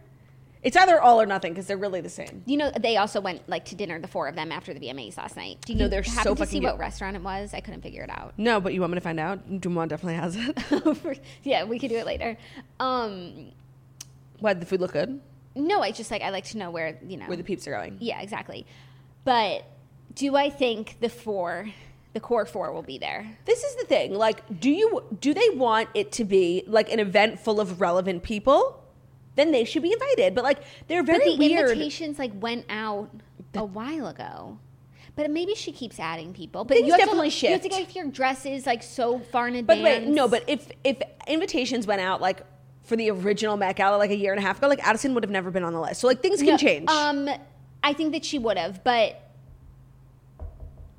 Speaker 1: It's either all or nothing because they're really the same.
Speaker 2: You know, they also went like to dinner, the four of them, after the VMAs last night. Do you
Speaker 1: No, they're so
Speaker 2: happen to
Speaker 1: fucking
Speaker 2: see what
Speaker 1: good.
Speaker 2: restaurant it was? I couldn't figure it out.
Speaker 1: No, but you want me to find out? Dumont definitely has it.
Speaker 2: yeah, we could do it later. Um,
Speaker 1: Why did the food look good?
Speaker 2: no, I just like I like to know where you know
Speaker 1: Where the peeps are going?
Speaker 2: Yeah, exactly. But do I think the four, the core four, will be there?
Speaker 1: This is the thing. Like, do you do they want it to be like an event full of relevant people? Then they should be invited. But like, they're very
Speaker 2: But the
Speaker 1: weird.
Speaker 2: invitations like went out a while ago. But maybe she keeps adding people. But
Speaker 1: Things
Speaker 2: you have
Speaker 1: definitely
Speaker 2: to, You have to
Speaker 1: shift.
Speaker 2: get your dresses like so far in
Speaker 1: By
Speaker 2: advance.
Speaker 1: the way, no, but if if invitations went out like for the original Met Gala like a year and a half ago, like Addison would have never been on the list. So like things can
Speaker 2: No,
Speaker 1: change.
Speaker 2: Um, I think that she would have, but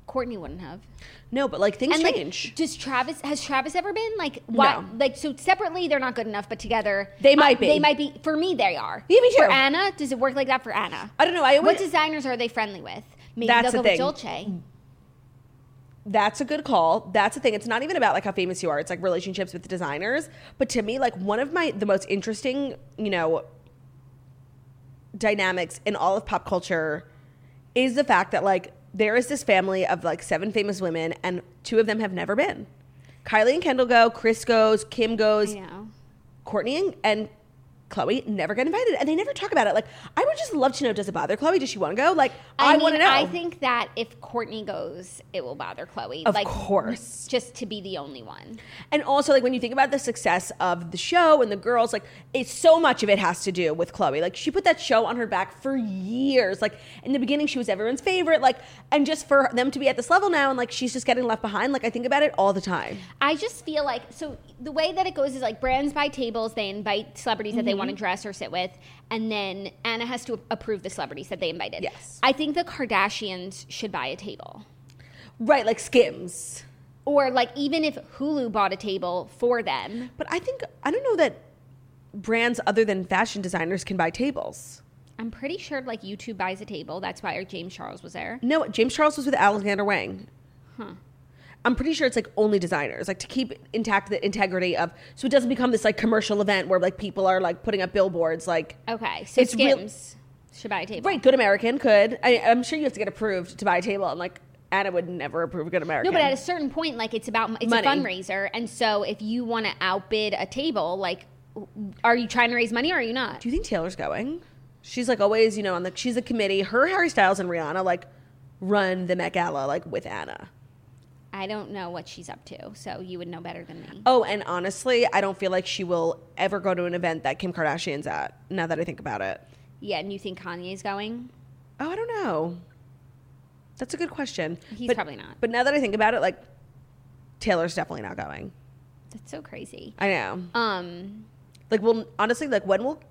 Speaker 2: Courtney wouldn't have.
Speaker 1: no, but like things
Speaker 2: like,
Speaker 1: change.
Speaker 2: does Travis has Travis ever been like why?
Speaker 1: No.
Speaker 2: Like so separately, they're not good enough, but together
Speaker 1: They might
Speaker 2: I-
Speaker 1: be.
Speaker 2: They might be. For me, they are.
Speaker 1: Yeah, me
Speaker 2: For
Speaker 1: too.
Speaker 2: Anna, does it work like that for Anna?
Speaker 1: I don't know. I
Speaker 2: what
Speaker 1: always
Speaker 2: designers are they friendly with? Maybe
Speaker 1: That's
Speaker 2: they'll
Speaker 1: the
Speaker 2: go with
Speaker 1: thing.
Speaker 2: Dolce.
Speaker 1: that's a good call. That's the thing. It's not even about like how famous you are. It's like relationships with designers. But to me, like one of my the most interesting, you know, dynamics in all of pop culture is the fact that like there is this family of like seven famous women and two of them have never been. Kylie and Kendall go, Chris goes, Kim goes,
Speaker 2: You know.
Speaker 1: Courtney and, and Chloe never get invited, and they never talk about it. Like, I would just love to know: Does it bother Chloe? Does she want to go? Like, I, want to
Speaker 2: mean,
Speaker 1: know.
Speaker 2: I think that if Courtney goes, it will bother Chloe.
Speaker 1: Of course.
Speaker 2: Just to be the only one.
Speaker 1: and also, like, when you think about the success of the show and the girls, like, it's so much of it has to do with Chloe. Like, she put that show on her back for years. Like, in the beginning, she was everyone's favorite. Like, and just for them to be at this level now, and like, she's just getting left behind. Like, I think about it all the time.
Speaker 2: I just feel like so the way that it goes is like brands buy tables, they invite celebrities that they want
Speaker 1: Mm-hmm.
Speaker 2: to dress or sit with. And then Anna has to approve the celebrities that they invited.
Speaker 1: Yes.
Speaker 2: I think the Kardashians should buy a table.
Speaker 1: Right, like Skims.
Speaker 2: Or like even if Hulu bought a table for them.
Speaker 1: But I think I don't know that brands other than fashion designers can buy tables.
Speaker 2: I'm pretty sure like YouTube buys a table. That's why our James Charles was there.
Speaker 1: No, James Charles was with Alexander Wang. I'm pretty sure it's like only designers, like to keep intact the integrity of, so it doesn't become this like commercial event where like people are like putting up billboards, like
Speaker 2: Okay, so
Speaker 1: It's real-
Speaker 2: Skims should buy a table.
Speaker 1: right, Good American could. I, I'm sure you have to get approved to buy a table, and like Anna would never approve Good American.
Speaker 2: No, but at a certain point, like it's about it's
Speaker 1: Money.
Speaker 2: a fundraiser, and so if you want to outbid a table, like, are you trying to raise money or are you not?
Speaker 1: do you think Taylor's going? She's like always, you know, on the she's a committee. Her Harry Styles and Rihanna like run the Met Gala like with Anna.
Speaker 2: I don't know what she's up to, so you would know better than me.
Speaker 1: Oh, and honestly, I don't feel like she will ever go to an event that Kim Kardashian's at. Now that I think about it.
Speaker 2: Yeah, and you think Kanye's going?
Speaker 1: Oh, I don't know. That's a good question.
Speaker 2: He's
Speaker 1: But-
Speaker 2: probably not.
Speaker 1: But now that I think about it, like Taylor's definitely not going.
Speaker 2: That's so crazy.
Speaker 1: I know.
Speaker 2: Um,
Speaker 1: Like, well, honestly, like when will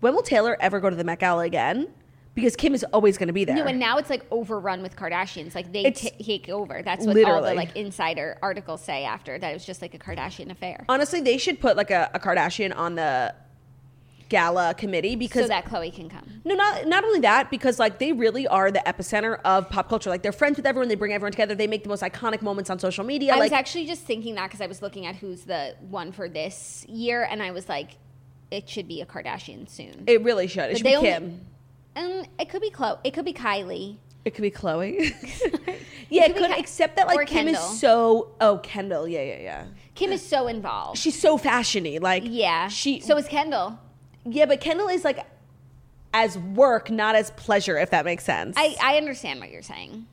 Speaker 1: when will Taylor ever go to the Met Gala again? Because Kim is always going to be there.
Speaker 2: no, and now it's like overrun with Kardashians. Like they
Speaker 1: It's-
Speaker 2: ta- take over. That's what all
Speaker 1: literally.
Speaker 2: the like insider articles say after that. It was just like a Kardashian affair,
Speaker 1: honestly, they should put like a, a Kardashian on the gala committee because
Speaker 2: so that Chloe can come.
Speaker 1: No, not not only that, because like they really are the epicenter of pop culture. Like they're friends with everyone, they bring everyone together, they make the most iconic moments on social media.
Speaker 2: I
Speaker 1: like
Speaker 2: was actually just thinking that because I was looking at who's the one for this year, and I was like, it should be a Kardashian soon.
Speaker 1: it really should. It should be
Speaker 2: they only-
Speaker 1: Kim.
Speaker 2: Um, it could be Chloe. It could be Kylie.
Speaker 1: it could be Chloe. yeah, it
Speaker 2: could be
Speaker 1: could,
Speaker 2: Ki-
Speaker 1: except that
Speaker 2: or
Speaker 1: like Kim
Speaker 2: Kendall.
Speaker 1: is so oh Kendall, yeah, yeah, yeah.
Speaker 2: Kim is so involved.
Speaker 1: She's so fashiony. Like
Speaker 2: yeah.
Speaker 1: she
Speaker 2: So is Kendall.
Speaker 1: yeah, but Kendall is like as work, not as pleasure, if that makes sense.
Speaker 2: I, I understand what you're saying.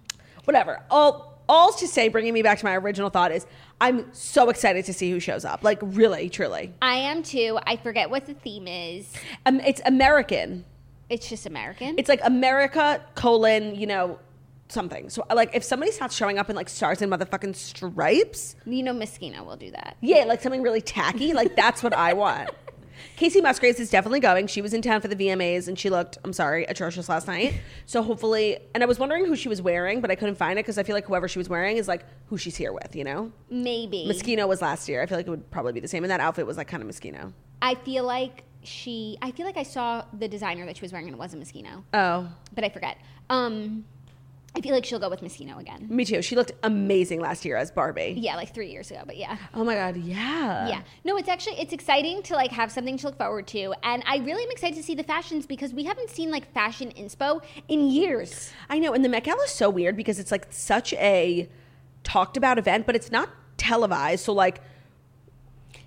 Speaker 1: whatever. All all to say, bringing me back to my original thought is, I'm so excited to see who shows up. Like really, truly,
Speaker 2: I am too. I forget what the theme is.
Speaker 1: um, it's American.
Speaker 2: It's just American.
Speaker 1: It's like America colon you know something. So like if somebody's not showing up in like stars and motherfucking stripes,
Speaker 2: you know Moschino will do that.
Speaker 1: yeah, like something really tacky. Like that's what I want. Casey Musgraves is definitely going. She was in town for the VMAs and she looked, I'm sorry, atrocious last night. So hopefully, and I was wondering who she was wearing, but I couldn't find it because I feel like whoever she was wearing is like who she's here with, you know?
Speaker 2: Maybe.
Speaker 1: Moschino was last year. I feel like it would probably be the same. And that outfit was like kind of Moschino.
Speaker 2: I feel like she I feel like I saw the designer that she was wearing and it wasn't Moschino.
Speaker 1: Oh,
Speaker 2: But I forget. Um I feel like she'll go with Moschino again.
Speaker 1: me too. She looked amazing last year as Barbie.
Speaker 2: Yeah, like three years ago, but yeah.
Speaker 1: Oh my God. Yeah.
Speaker 2: yeah no it's actually it's exciting to like have something to look forward to and i really am excited to see the fashions because we haven't seen like fashion inspo in years
Speaker 1: I know. And the Met Gala is so weird because it's like such a talked about event, but it's not televised. So, like,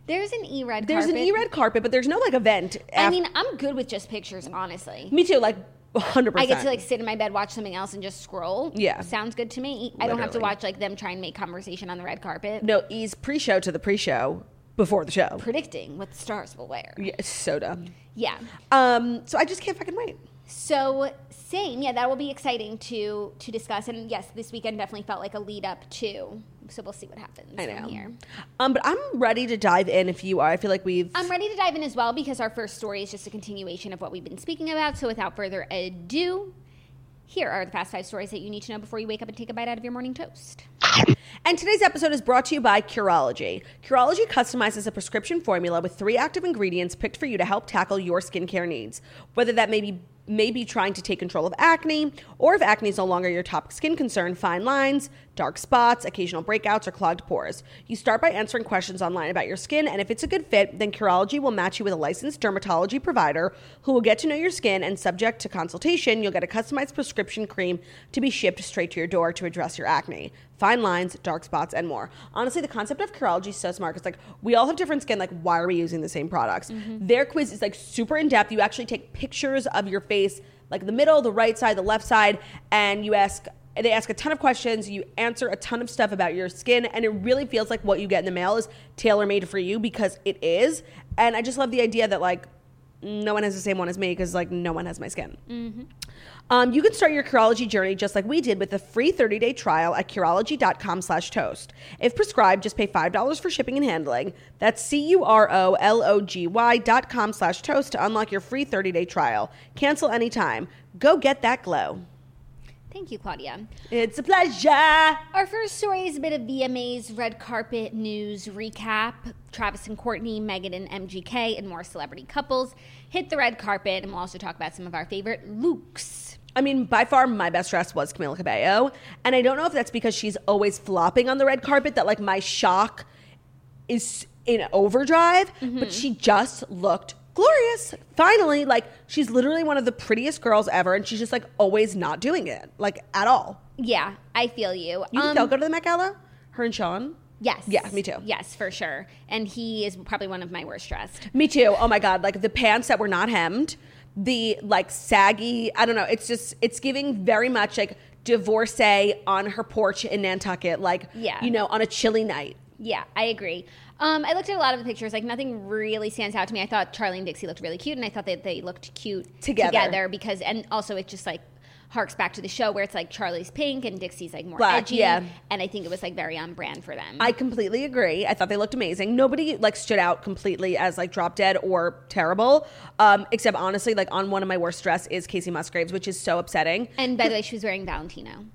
Speaker 2: there's an e-red
Speaker 1: there's an
Speaker 2: carpet.
Speaker 1: e red carpet, but there's no like event.
Speaker 2: i
Speaker 1: af-
Speaker 2: mean i'm good with just pictures honestly
Speaker 1: me too. Like, 100%.
Speaker 2: i get to like sit in my bed watch something else and just scroll
Speaker 1: Yeah.
Speaker 2: sounds good to me i don't have to
Speaker 1: Literally.
Speaker 2: watch like them try and make conversation on the red carpet
Speaker 1: No, ease pre show to the pre show before the show.
Speaker 2: predicting what the stars will wear
Speaker 1: Yeah, it's so dumb.
Speaker 2: yeah
Speaker 1: Um, so I just can't fucking wait.
Speaker 2: so same yeah that will be exciting to to discuss and yes this weekend definitely felt like a lead up to so we'll see what happens
Speaker 1: I know.
Speaker 2: from here
Speaker 1: Um, but I'm ready to dive in if you are. I feel like we've.
Speaker 2: I'm ready to dive in as well because our first story is just a continuation of what we've been speaking about. So without further ado, here are the past five stories that you need to know before you wake up and take a bite out of your morning toast.
Speaker 1: And today's episode is brought to you by Curology. Curology customizes a prescription formula with three active ingredients picked for you to help tackle your skincare needs, whether that may be maybe trying to take control of acne, or if acne is no longer your top skin concern, fine lines, dark spots, occasional breakouts, or clogged pores. You start by answering questions online about your skin, and if it's a good fit, then Curology will match you with a licensed dermatology provider who will get to know your skin, and subject to consultation, you'll get a customized prescription cream to be shipped straight to your door to address your acne fine lines, dark spots, and more. Honestly, the concept of Curology is so smart because like we all have different skin. Like, why are we using the same products? Their quiz is like super in depth. You actually take pictures of your face, like the middle, the right side, the left side, and you ask. They ask a ton of questions. You answer a ton of stuff about your skin, and it really feels like what you get in the mail is tailor made for you because it is. And I just love the idea that like no one has the same one as me because like no one has my skin. Um, you can start your Curology journey just like we did with a free 30-day trial at Curology.com slash toast. If prescribed, just pay $5 for shipping and handling. That's C-U-R-O-L-O-G-Y dot com slash toast to unlock your free 30-day trial. Cancel anytime. Go get that glow.
Speaker 2: Thank you, Claudia.
Speaker 1: It's a pleasure.
Speaker 2: Our first story is a bit of VMA's red carpet news recap. Travis and Courtney, Megan and MGK, and more celebrity couples hit the red carpet, and we'll also talk about some of our favorite looks.
Speaker 1: I mean, by far my best dress was Camila Cabello, and I don't know if that's because she's always flopping on the red carpet that like my shock is in overdrive, but she just looked glorious. Finally, like she's literally one of the prettiest girls ever, and she's just like always not doing it, like at all.
Speaker 2: Yeah, I feel you.
Speaker 1: You
Speaker 2: Um,
Speaker 1: think they'll go to the Met Gala? Her and Sean.
Speaker 2: Yes.
Speaker 1: Yeah, me too.
Speaker 2: Yes, for sure. And he is probably one of my worst dressed.
Speaker 1: Me too. Oh my god, like the pants that were not hemmed, the like saggy, I don't know, it's just it's giving very much like divorcee on her porch in Nantucket, like
Speaker 2: Yeah.
Speaker 1: you know, on a chilly night.
Speaker 2: Yeah, I agree. Um, I looked at a lot of the pictures. Like nothing really stands out to me. I thought Charlie and Dixie looked really cute, and I thought that they looked cute
Speaker 1: Together.
Speaker 2: because, and also it just like harks back to the show where it's like Charlie's pink and Dixie's like more
Speaker 1: Black,
Speaker 2: edgy.
Speaker 1: yeah.
Speaker 2: And I think it was like very on brand for them.
Speaker 1: I completely agree. I thought they looked amazing. Nobody like stood out completely as like drop dead or terrible. Um, except honestly, like on one of my worst dress is Casey Musgraves, which is so upsetting.
Speaker 2: and by the way, she was wearing Valentino.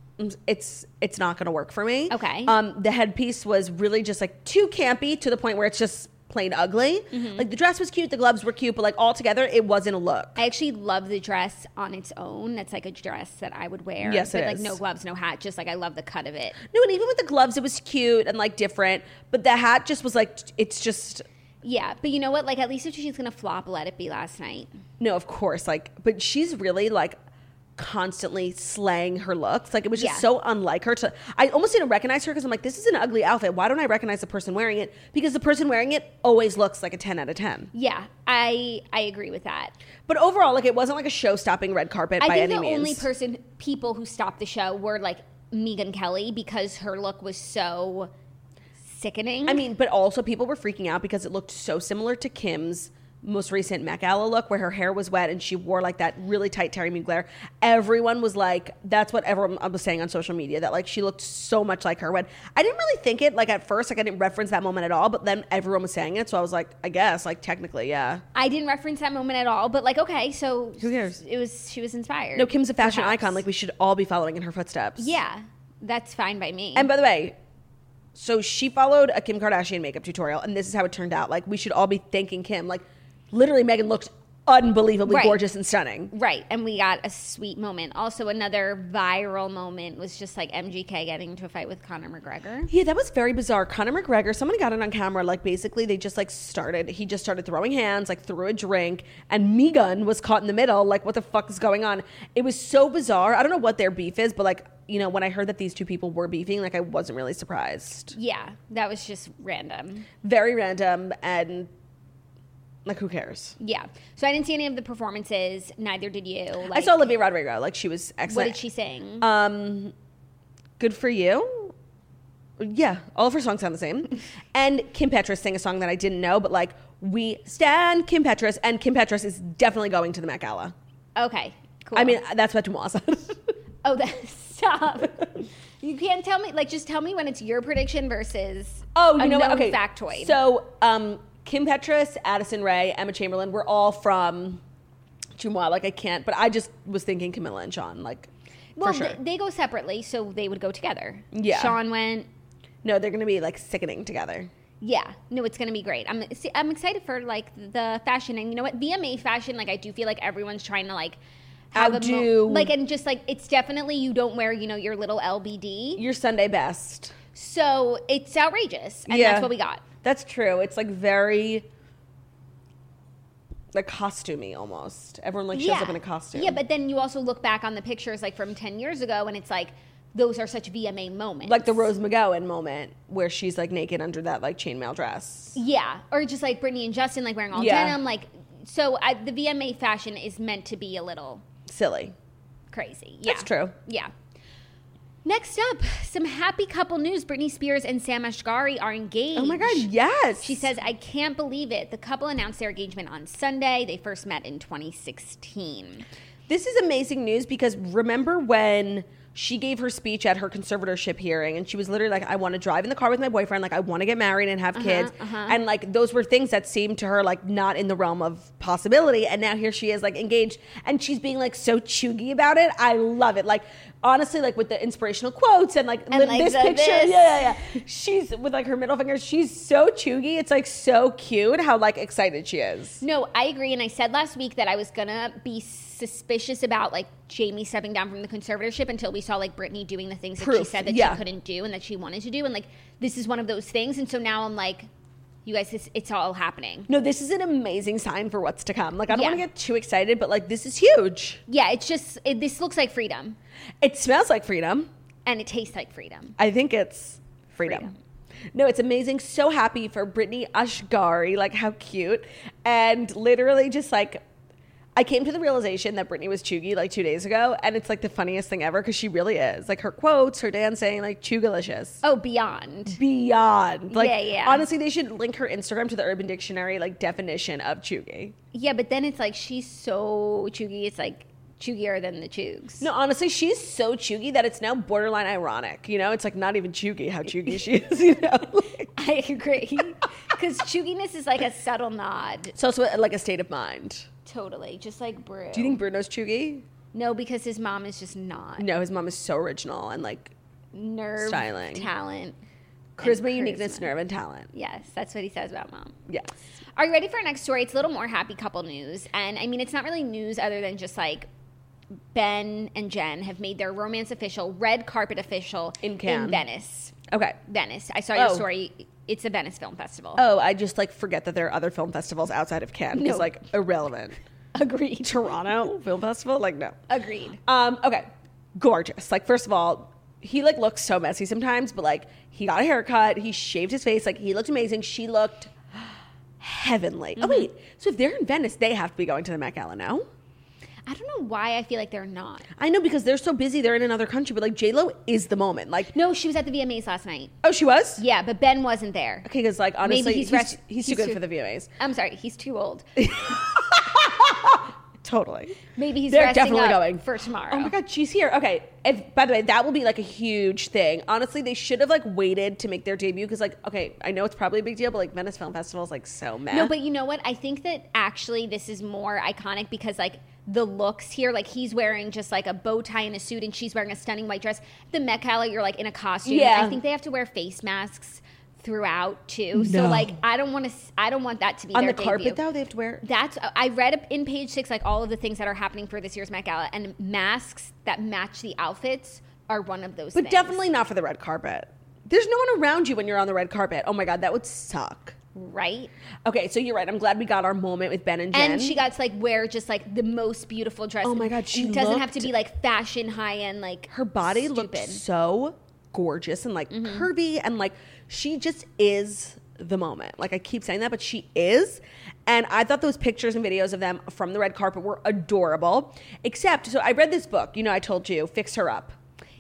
Speaker 1: it's it's not going to work for me.
Speaker 2: Okay.
Speaker 1: Um, the headpiece was really just like too campy to the point where it's just plain ugly.
Speaker 2: Mm-hmm.
Speaker 1: Like the dress was cute, the gloves were cute, but like all together, it wasn't a look.
Speaker 2: I actually love the dress on its own. That's like a dress that I would wear.
Speaker 1: Yes, it
Speaker 2: with, like
Speaker 1: is.
Speaker 2: no gloves, no hat. Just like I love the cut of it.
Speaker 1: no, and even with the gloves, it was cute and like different, but the hat just was like t- it's just
Speaker 2: Yeah, but you know what? Like at least if she's gonna flop, let it be last night.
Speaker 1: no, of course, like but she's really like constantly slaying her looks like it was just
Speaker 2: Yeah.
Speaker 1: so unlike her to i almost didn't recognize her because i'm like this is an ugly outfit why don't i recognize the person wearing it because the person wearing it always looks like a 10 out of 10
Speaker 2: Yeah, I I agree with that.
Speaker 1: But overall, like it wasn't like a show-stopping red carpet
Speaker 2: I
Speaker 1: by
Speaker 2: think
Speaker 1: any
Speaker 2: the
Speaker 1: means.
Speaker 2: only person people who stopped the show were like Megan Kelly because her look was so sickening.
Speaker 1: I mean, but also people were freaking out because it looked so similar to Kim's most recent Met Gala look, where her hair was wet and she wore like that really tight Terry Mugler. Everyone was like, "That's what everyone was saying on social media that like she looked so much like her." When I didn't really think it, like at first, like I didn't reference that moment at all. But then everyone was saying it, so I was like, "I guess, like technically, yeah."
Speaker 2: I didn't reference that moment at all, but like okay, so
Speaker 1: Who cares?
Speaker 2: It was she was inspired.
Speaker 1: No, Kim's a fashion
Speaker 2: Perhaps.
Speaker 1: icon. Like we should all be following in her footsteps.
Speaker 2: yeah, that's fine by me.
Speaker 1: And by the way, so she followed a Kim Kardashian makeup tutorial, and this is how it turned out. Like, we should all be thanking Kim. Like, literally, Megan looked unbelievably
Speaker 2: Right.
Speaker 1: gorgeous and stunning.
Speaker 2: Right, and we got a sweet moment. Also, another viral moment was just like MGK getting into a fight with Conor McGregor.
Speaker 1: Yeah, that was very bizarre. Conor McGregor, someone got it on camera. Like, basically, they just like started. He just started throwing hands, like threw a drink, and Megan was caught in the middle. Like, what the fuck is going on? It was so bizarre. I don't know what their beef is, but like, you know, when I heard that these two people were beefing, like, I wasn't really surprised.
Speaker 2: Yeah, that was just random.
Speaker 1: Very random, and like, who cares?
Speaker 2: Yeah, so I didn't see any of the performances. Neither did you.
Speaker 1: I
Speaker 2: Like,
Speaker 1: saw Olivia Rodrigo. Like she was
Speaker 2: What
Speaker 1: excellent.
Speaker 2: did she sing?
Speaker 1: Um, good for you. Yeah, all of her songs sound the same. And Kim Petras sang a song that I didn't know, but like we stand Kim Petras, and Kim Petras is definitely going to the Met Gala.
Speaker 2: okay, cool.
Speaker 1: I mean, uh, that's what Dumas said.
Speaker 2: Oh, that, stop. you can't tell me, like, just tell me when it's your prediction versus
Speaker 1: Oh, you
Speaker 2: a
Speaker 1: know what?
Speaker 2: known
Speaker 1: Okay,
Speaker 2: factoid.
Speaker 1: So, um, Kim Petras, Addison Ray, Emma Chamberlain, we're all from Dumas. Like I can't, but I just was thinking Camilla and Sean. Like,
Speaker 2: well,
Speaker 1: for sure.
Speaker 2: they, they go separately, so they would go together.
Speaker 1: Yeah.
Speaker 2: Sean went.
Speaker 1: no, they're gonna be like sickening together.
Speaker 2: Yeah, no, it's gonna be great. I'm see, I'm excited for like the fashion, and you know what, VMA fashion. Like, I do feel like everyone's trying to like have a
Speaker 1: Outdo.
Speaker 2: like, and just like it's definitely you don't wear you know your little LBD,
Speaker 1: Your Sunday best.
Speaker 2: so it's outrageous, and that's what we got.
Speaker 1: That's true. It's like very like costumey almost. Everyone like shows up in a costume.
Speaker 2: Yeah, but then you also look back on the pictures like from 10 years ago and it's like those are such VMA moments.
Speaker 1: like the Rose McGowan moment where she's like naked under that like chainmail dress.
Speaker 2: Yeah, or just like Britney and Justin like wearing all
Speaker 1: Yeah.
Speaker 2: denim like so I, the VMA fashion is meant to be a little
Speaker 1: Silly.
Speaker 2: crazy. Yeah.
Speaker 1: That's true.
Speaker 2: Yeah. Next up, some happy couple news. Britney Spears and Sam Ashghari are engaged.
Speaker 1: Oh my God, yes.
Speaker 2: She says, I can't believe it. The couple announced their engagement on Sunday. They first met in 2016.
Speaker 1: This is amazing news because remember when she gave her speech at her conservatorship hearing and she was literally like, I want to drive in the car with my boyfriend, like, I want to get married and have
Speaker 2: Uh-huh,
Speaker 1: kids. And like, those were things that seemed to her like not in the realm of possibility. And now here she is, like, engaged and she's being like so chuggy about it. I love it. Like, honestly, like with the inspirational quotes and like, li-
Speaker 2: like,
Speaker 1: this
Speaker 2: the
Speaker 1: picture.
Speaker 2: this.
Speaker 1: Yeah, yeah, yeah. She's with like her middle finger. She's so chuggy. It's like so cute how like excited she is.
Speaker 2: No, I agree. And I said last week that I was going to be suspicious about like Jamie stepping down from the conservatorship until we saw like Brittany doing the things that she
Speaker 1: Proof,
Speaker 2: said that
Speaker 1: yeah.
Speaker 2: she couldn't do and that she wanted to do. And like, this is one of those things. And so now I'm like, you guys, this, it's all happening.
Speaker 1: No, this is an amazing sign for what's to come. Like, I don't
Speaker 2: Yeah.
Speaker 1: want to get too excited, but like, this is huge.
Speaker 2: Yeah, it's just, it, this looks like freedom
Speaker 1: It smells like freedom.
Speaker 2: and it tastes like freedom.
Speaker 1: I think it's freedom. No, it's amazing. So happy for Brittany Ashgari. Like, how cute. And literally, just like, I came to the realization that Brittany was Chugi like two days ago, and it's like the funniest thing ever because she really is. Like, her quotes, her dancing, like, Chugalicious.
Speaker 2: Oh, beyond.
Speaker 1: Beyond. Like,
Speaker 2: Yeah, yeah.
Speaker 1: honestly, they should link her Instagram to the Urban Dictionary, like, definition of Chugi.
Speaker 2: Yeah, but then it's like she's so chuggy. It's like chuggier than the chugs.
Speaker 1: No, honestly, she's so chuggy that it's now borderline ironic. You know, it's like not even chuggy how chuggy she is. You know, Like,
Speaker 2: I agree. Because chugginess is like a subtle nod.
Speaker 1: it's also like a state of mind.
Speaker 2: Totally. Just like brew.
Speaker 1: Do you think Bruno's chuggy?
Speaker 2: No, because his mom is just not
Speaker 1: No, his mom is so original and like
Speaker 2: nerve,
Speaker 1: Styling.
Speaker 2: talent,
Speaker 1: charisma,
Speaker 2: and
Speaker 1: uniqueness,
Speaker 2: charisma.
Speaker 1: nerve, and talent.
Speaker 2: Yes, that's what he says about mom.
Speaker 1: Yes.
Speaker 2: Are you ready for our next story? It's a little more happy couple news, and I mean, it's not really news other than just like Ben and Jen have made their romance official, red carpet official
Speaker 1: In Cannes.
Speaker 2: Venice.
Speaker 1: Okay.
Speaker 2: Venice. I saw your
Speaker 1: Oh.
Speaker 2: story. It's a Venice Film Festival.
Speaker 1: Oh, I just like forget that there are other film festivals outside of Cannes. It's
Speaker 2: No.
Speaker 1: like irrelevant. Agreed. Toronto Film Festival? Like, no.
Speaker 2: Agreed.
Speaker 1: Um, okay. Gorgeous. Like, first of all, he like looks so messy sometimes, but like he got a haircut, he shaved his face, like he looked amazing. She looked heavenly.
Speaker 2: Mm-hmm.
Speaker 1: Oh wait. So if they're in Venice, they have to be going to the Met Gala now?
Speaker 2: I don't know why I feel like they're not.
Speaker 1: I know because they're so busy, they're in another country, but like J Lo is the moment. Like
Speaker 2: No, she was at the VMAs last night.
Speaker 1: Oh, she was?
Speaker 2: Yeah, but Ben wasn't there.
Speaker 1: Okay, because like honestly, he's,
Speaker 2: he's
Speaker 1: he's,
Speaker 2: rest-
Speaker 1: too
Speaker 2: he's
Speaker 1: good
Speaker 2: too-
Speaker 1: for the VMAs.
Speaker 2: I'm sorry, he's too old.
Speaker 1: Totally.
Speaker 2: Maybe he's
Speaker 1: They're
Speaker 2: resting
Speaker 1: definitely
Speaker 2: up
Speaker 1: going.
Speaker 2: for tomorrow.
Speaker 1: Oh my god, she's here. Okay. If by the way, that will be like a huge thing. Honestly, they should have like waited to make their debut because like okay, I know it's probably a big deal, but like Venice Film Festival is like so mad.
Speaker 2: No, but you know what? I think that actually this is more iconic because like the looks here, like he's wearing just like a bow tie and a suit, and she's wearing a stunning white dress. The Met Gala, you're like in a costume.
Speaker 1: Yeah.
Speaker 2: I think they have to wear face masks throughout too. So like, I don't want to. I don't want that to be
Speaker 1: on the
Speaker 2: their debut.
Speaker 1: carpet though, they have to wear
Speaker 2: That's I read in page six like all of the things that are happening for this year's Met Gala, and masks that match the outfits are one of those.
Speaker 1: But
Speaker 2: things.
Speaker 1: definitely not for the red carpet. There's no one around you when you're on the red carpet. Oh my god, that would suck.
Speaker 2: right.
Speaker 1: Okay, so you're right. I'm glad we got our moment with Ben and Jen.
Speaker 2: and she got to like wear just like the most beautiful dress.
Speaker 1: Oh my God,
Speaker 2: And
Speaker 1: she
Speaker 2: it doesn't have to
Speaker 1: looked-
Speaker 2: be like fashion high end. Like
Speaker 1: her body looked so gorgeous and like curvy and like she just is the moment. Like I keep saying that, but she is. And I thought those pictures and videos of them from the red carpet were adorable. Except, so I read this book. You know, I told you, fix her up.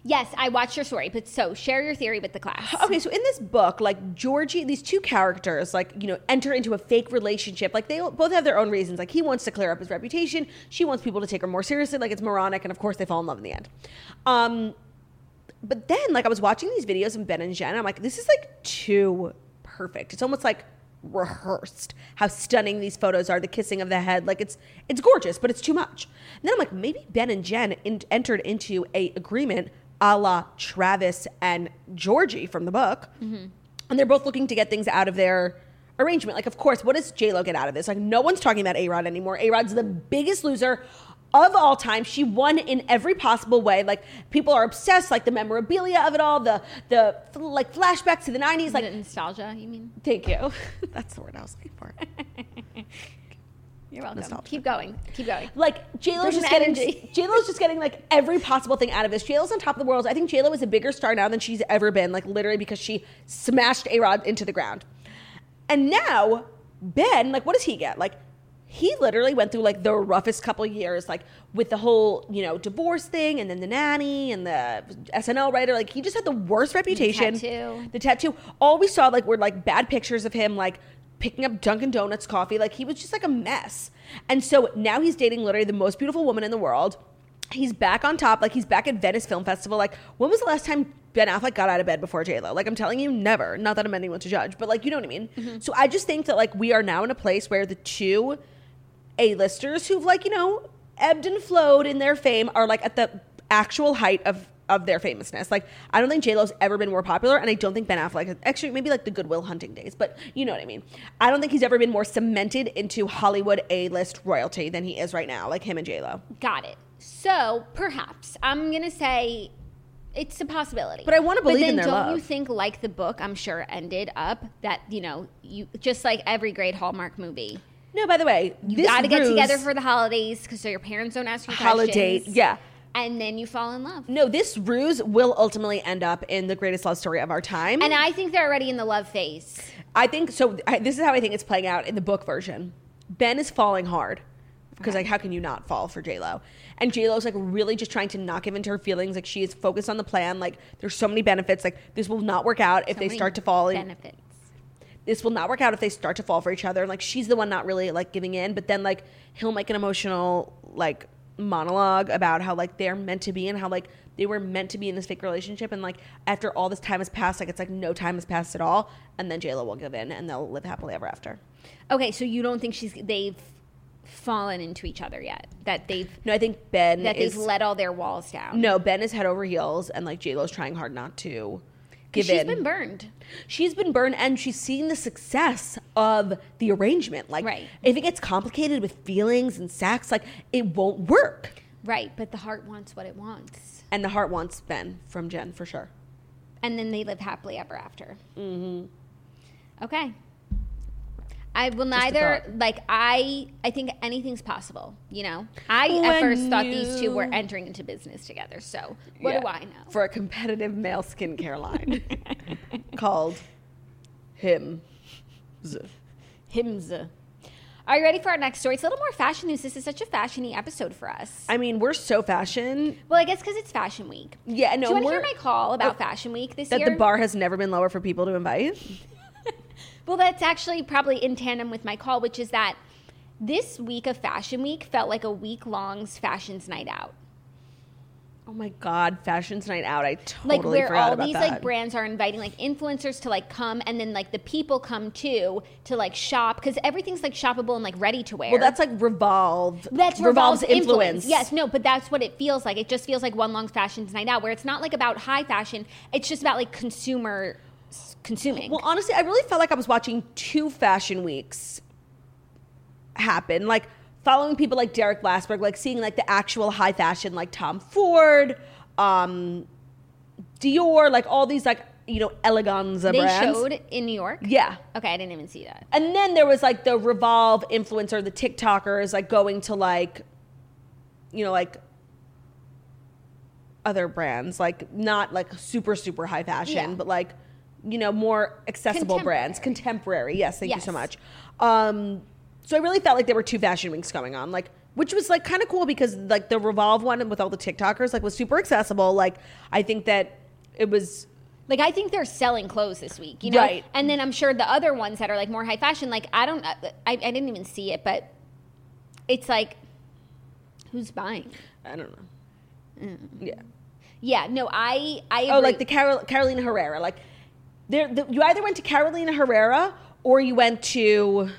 Speaker 2: Yes, I watched your story, but so share your theory with the class.
Speaker 1: Okay, so in this book, like Georgie, these two characters, like, you know, enter into a fake relationship. Like, they both have their own reasons. Like, he wants to clear up his reputation. She wants people to take her more seriously. Like, it's moronic. And of course, they fall in love in the end. Um, but then, like, I was watching these videos from Ben and Jen. And I'm like, this is like too perfect. It's almost like rehearsed how stunning these photos are the kissing of the head like it's it's gorgeous but it's too much and then i'm like maybe ben and jen in, entered into a agreement a la travis and georgie from the book and they're both looking to get things out of their arrangement. Like, of course, what does J Lo get out of this? Like, no one's talking about A Rod anymore. A Rod's the biggest loser of all time. She won in every possible way. Like, people are obsessed. Like the memorabilia of it all, the the like flashbacks to the '90s. Like,
Speaker 2: the nostalgia, you mean?
Speaker 1: thank you. That's the word I was looking for.
Speaker 2: You're welcome.
Speaker 1: Nostalgia.
Speaker 2: Keep going. Keep going.
Speaker 1: Like J Lo's
Speaker 2: There's
Speaker 1: just
Speaker 2: an
Speaker 1: getting
Speaker 2: energy.
Speaker 1: J Lo's just getting like every possible thing out of this. J Lo's on top of the world. I think J Lo is a bigger star now than she's ever been. Like literally because she smashed A Rod into the ground. And now Ben, like, what does he get? Like he literally went through like the roughest couple years, like with the whole, you know, divorce thing and then the nanny and the SNL writer. Like he just had the worst reputation.
Speaker 2: tattoo.
Speaker 1: The tattoo. All we saw like were like bad pictures of him like picking up Dunkin' Donuts coffee. Like he was just like a mess. And so now he's dating literally the most beautiful woman in the world. He's back on top. Like he's back at Venice Film Festival. Like when was the last time Ben Affleck got out of bed before J Lo? Like I'm telling you, never. Not that I'm anyone to judge, but like you know what I mean. So I just think that like we are now in a place where the two a-listers who've like you know ebbed and flowed in their fame are like at the actual height of of their famousness. Like I don't think J Lo's ever been more popular, and I don't think Ben Affleck has, actually maybe like the Goodwill Hunting days, but you know what I mean. I don't think he's ever been more cemented into Hollywood A-list royalty than he is right now. Like him and J Lo.
Speaker 2: Got it. So perhaps I'm gonna say it's a possibility.
Speaker 1: But I wanna believe
Speaker 2: then
Speaker 1: in their
Speaker 2: don't
Speaker 1: love.
Speaker 2: you think, like the book, I'm sure ended up that you know you just like every great Hallmark movie,
Speaker 1: No, by the way,
Speaker 2: you
Speaker 1: this
Speaker 2: got to get
Speaker 1: ruse-
Speaker 2: togetdays 'cause for the holidays because so your parents don't ask you
Speaker 1: Holiday-
Speaker 2: questions.
Speaker 1: yeah.
Speaker 2: and then you fall in love.
Speaker 1: No, this ruse will ultimately end up in the greatest love story of our time.
Speaker 2: And I think they're already in the love phase.
Speaker 1: I think so. I, this is how I think it's playing out in the book version. Ben is falling hard because like how can you not fall for J Lo? And J Lo's like really just trying to not give into her feelings. Like she is focused on the plan. Like there's so many benefits. Like this will not work out if
Speaker 2: So
Speaker 1: they
Speaker 2: many
Speaker 1: start to fall. in-
Speaker 2: benefits.
Speaker 1: This will not work out if they start to fall for each other. And like she's the one not really like giving in. But then like he'll make an emotional like monologue about how like they're meant to be and how like they were meant to be in this fake relationship and like after all this time has passed like it's like no time has passed at all and then J-Lo will give in and they'll live happily ever after.
Speaker 2: Okay, so you don't think she's they've fallen into each other yet? That they've
Speaker 1: No, I think Ben
Speaker 2: that
Speaker 1: is
Speaker 2: they've let all their walls down.
Speaker 1: no Ben is head over heels, and like J Lo's trying hard not to give
Speaker 2: she's
Speaker 1: in.
Speaker 2: been burned.
Speaker 1: she's been burned, and she's seen the success of the arrangement. Like,
Speaker 2: Right.
Speaker 1: if it gets complicated with feelings and sex, like it won't work.
Speaker 2: Right, but the heart wants what it wants.
Speaker 1: And the heart wants Ben from Jen for sure.
Speaker 2: And then they live happily ever after. Mm-hmm. Okay. I will neither
Speaker 1: thought.
Speaker 2: like I I think anything's possible, you know. I
Speaker 1: When
Speaker 2: at first thought these two were
Speaker 1: you-
Speaker 2: entering into business together. So, what
Speaker 1: Yeah.
Speaker 2: do I know?
Speaker 1: For a competitive male skincare line called him.
Speaker 2: Himza. Are you ready for our next story? It's a little more fashion news. This is such a fashiony episode for us.
Speaker 1: I mean, we're so fashion
Speaker 2: Well, I guess because it's Fashion Week.
Speaker 1: Yeah, no,
Speaker 2: Do you want to hear
Speaker 1: we're- Oh,
Speaker 2: my call about Fashion Week this
Speaker 1: that
Speaker 2: year?
Speaker 1: the bar has never been lower for people to invite.
Speaker 2: Well, that's actually probably in tandem with my call, which is that this week of Fashion Week felt like a week long's fashions night out.
Speaker 1: Oh my God, Fashion's Night Out. I totally
Speaker 2: Like where
Speaker 1: forgot
Speaker 2: all
Speaker 1: about
Speaker 2: these
Speaker 1: that.
Speaker 2: like brands are inviting like influencers to like come, and then like the people come too to like shop because everything's like shoppable and like ready to wear.
Speaker 1: Well, that's like Revolve.
Speaker 2: That's Revolve's, influence. Yes, no, but that's what it feels like. It just feels like one long fashion night out, where it's not like about high fashion. It's just about like consumer s- consuming.
Speaker 1: Well, honestly, I really felt like I was watching two fashion weeks happen. Like following people like Derek Glassberg, like seeing like the actual high fashion, like Tom Ford, um, Dior, like all these like you know eleganza
Speaker 2: they
Speaker 1: brands.
Speaker 2: showed in New York.
Speaker 1: Yeah.
Speaker 2: Okay, I didn't even see that.
Speaker 1: And then there was like the Revolve influencer, the TikTokers, like going to like, you know, like other brands, like not like super, super high fashion,
Speaker 2: Yeah.
Speaker 1: but like, you know, more accessible brands, contemporary. Yes, thank you so much. Um, so I really felt like there were two fashion weeks going on, like, which was like kind of cool because like the Revolve one with all the TikTokers, like was super accessible. Like, I think that it was
Speaker 2: Like I think they're selling clothes this week, you know.
Speaker 1: Right.
Speaker 2: And then I'm sure the other ones that are like more high fashion. Like I don't, I, I didn't even see it, but it's like, who's buying?
Speaker 1: I don't know. Yeah.
Speaker 2: Yeah. No, I, I. Agree.
Speaker 1: Oh, like the Carol- Carolina Herrera. Like, there, the, you either went to Carolina Herrera or you went to. I'm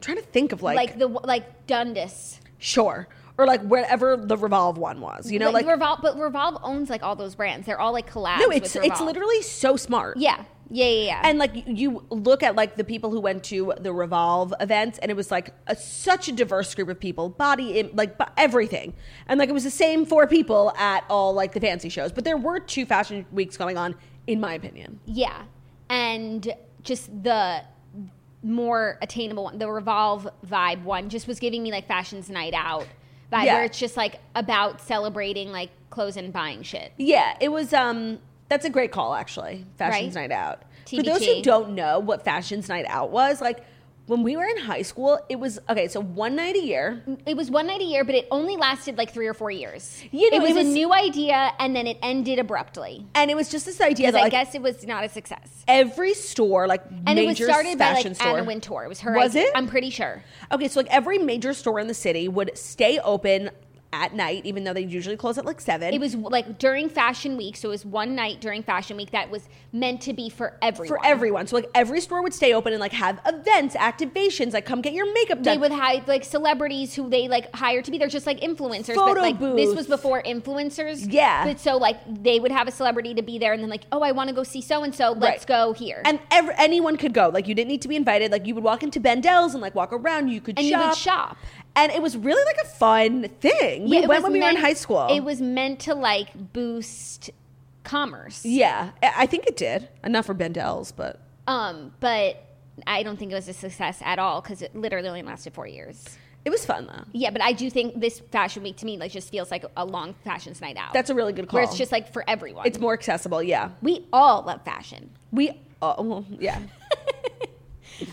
Speaker 1: trying to think of like,
Speaker 2: like, the like Dundas.
Speaker 1: sure or like wherever the Revolve one was. You know, like,
Speaker 2: Revolve, but Revolve owns like all those brands. They're all like collabs.
Speaker 1: no,
Speaker 2: with
Speaker 1: it's it's
Speaker 2: Revolve.
Speaker 1: literally so smart.
Speaker 2: Yeah. Yeah, yeah, yeah.
Speaker 1: And like you- you look at like the people who went to the Revolve events, and it was like a, such a diverse group of people, body im- like bu- everything, and like it was the same four people at all like the fancy shows. But there were two fashion weeks going on, in my opinion.
Speaker 2: yeah. And just the more attainable one, the Revolve vibe one, just was giving me like Fashion's Night Out vibe,
Speaker 1: Yeah.
Speaker 2: where it's just like about celebrating like clothes and buying shit.
Speaker 1: Yeah, it was. Um, that's a great call, actually. Fashions
Speaker 2: Right?
Speaker 1: Night Out. For
Speaker 2: TBT.
Speaker 1: those who don't know what Fashions Night Out was, like When we were in high school, it was okay. So one night a year,
Speaker 2: It was one night a year, but it only lasted like three or four years.
Speaker 1: You know,
Speaker 2: it, was
Speaker 1: it was-
Speaker 2: a new idea, and then it ended abruptly
Speaker 1: and it was just this idea
Speaker 2: because
Speaker 1: that
Speaker 2: I
Speaker 1: like,
Speaker 2: guess it was not a success.
Speaker 1: every store, like
Speaker 2: And it was
Speaker 1: major
Speaker 2: started by
Speaker 1: fashion
Speaker 2: like
Speaker 1: store,
Speaker 2: Anna Wintour. It was her.
Speaker 1: Was
Speaker 2: idea.
Speaker 1: it?
Speaker 2: I'm pretty sure.
Speaker 1: Okay, so like every major store in the city would stay open at night, even though they usually close at like seven.
Speaker 2: It was like during Fashion Week, so it was one night during Fashion Week that was meant to be for everyone.
Speaker 1: for everyone. So like every store would stay open and like have events, activations, like come get your makeup
Speaker 2: They
Speaker 1: done.
Speaker 2: would hide like celebrities who they like hire to be. They're just like influencers,
Speaker 1: Photo
Speaker 2: but like this
Speaker 1: booths.
Speaker 2: was before influencers.
Speaker 1: Yeah.
Speaker 2: But so like they would have a celebrity to be there, and then like, oh, I want to go see so and so. Let's
Speaker 1: Right.
Speaker 2: go here.
Speaker 1: and ev- anyone could go. Like you didn't need to be invited. Like you would walk into Bendel's and like walk around. You could
Speaker 2: And
Speaker 1: shop.
Speaker 2: you would shop.
Speaker 1: And it was really like a fun thing.
Speaker 2: Yeah,
Speaker 1: we
Speaker 2: it
Speaker 1: went
Speaker 2: was
Speaker 1: when we were in
Speaker 2: meant-
Speaker 1: high school.
Speaker 2: It was meant to like boost commerce.
Speaker 1: Yeah, I I think it did. Enough for Bendel's, but
Speaker 2: Um, but I don't think it was a success at all because it literally only lasted four years.
Speaker 1: it was fun though.
Speaker 2: Yeah, but I do think this fashion week to me like just feels like a long fashion night out.
Speaker 1: That's a really good call.
Speaker 2: where it's just like for everyone.
Speaker 1: it's more accessible. Yeah,
Speaker 2: we all love fashion.
Speaker 1: we. Oh, well, yeah.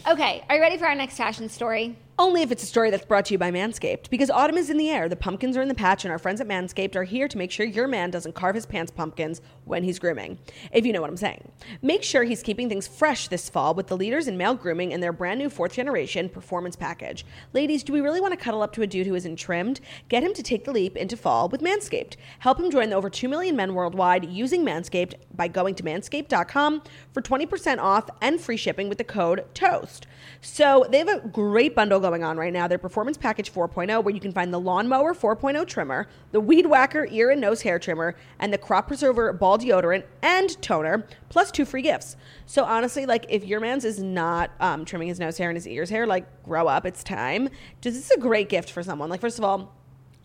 Speaker 2: Okay, are you ready for our next fashion story?
Speaker 1: Only if it's a story that's brought to you by Manscaped. Because autumn is in the air, the pumpkins are in the patch, and our friends at Manscaped are here to make sure your man doesn't carve his pants pumpkins when he's grooming, if you know what I'm saying. Make sure he's keeping things fresh this fall with the leaders in male grooming and their brand new fourth generation performance package. Ladies, do we really want to cuddle up to a dude who isn't trimmed? Get him to take the leap into fall with Manscaped. Help him join the over 2 million men worldwide using Manscaped by going to manscaped.com for 20% off and free shipping with the code TOAST. So they have a great bundle going on right now. Their Performance Package 4.0, where you can find the Lawnmower 4.0 trimmer, the Weed Whacker ear and nose hair trimmer, and the Crop Preserver ball deodorant and toner, plus two free gifts. So honestly, like if your man's is not um, trimming his nose hair and his ears hair, like grow up, it's time. Just, this is a great gift for someone. Like first of all,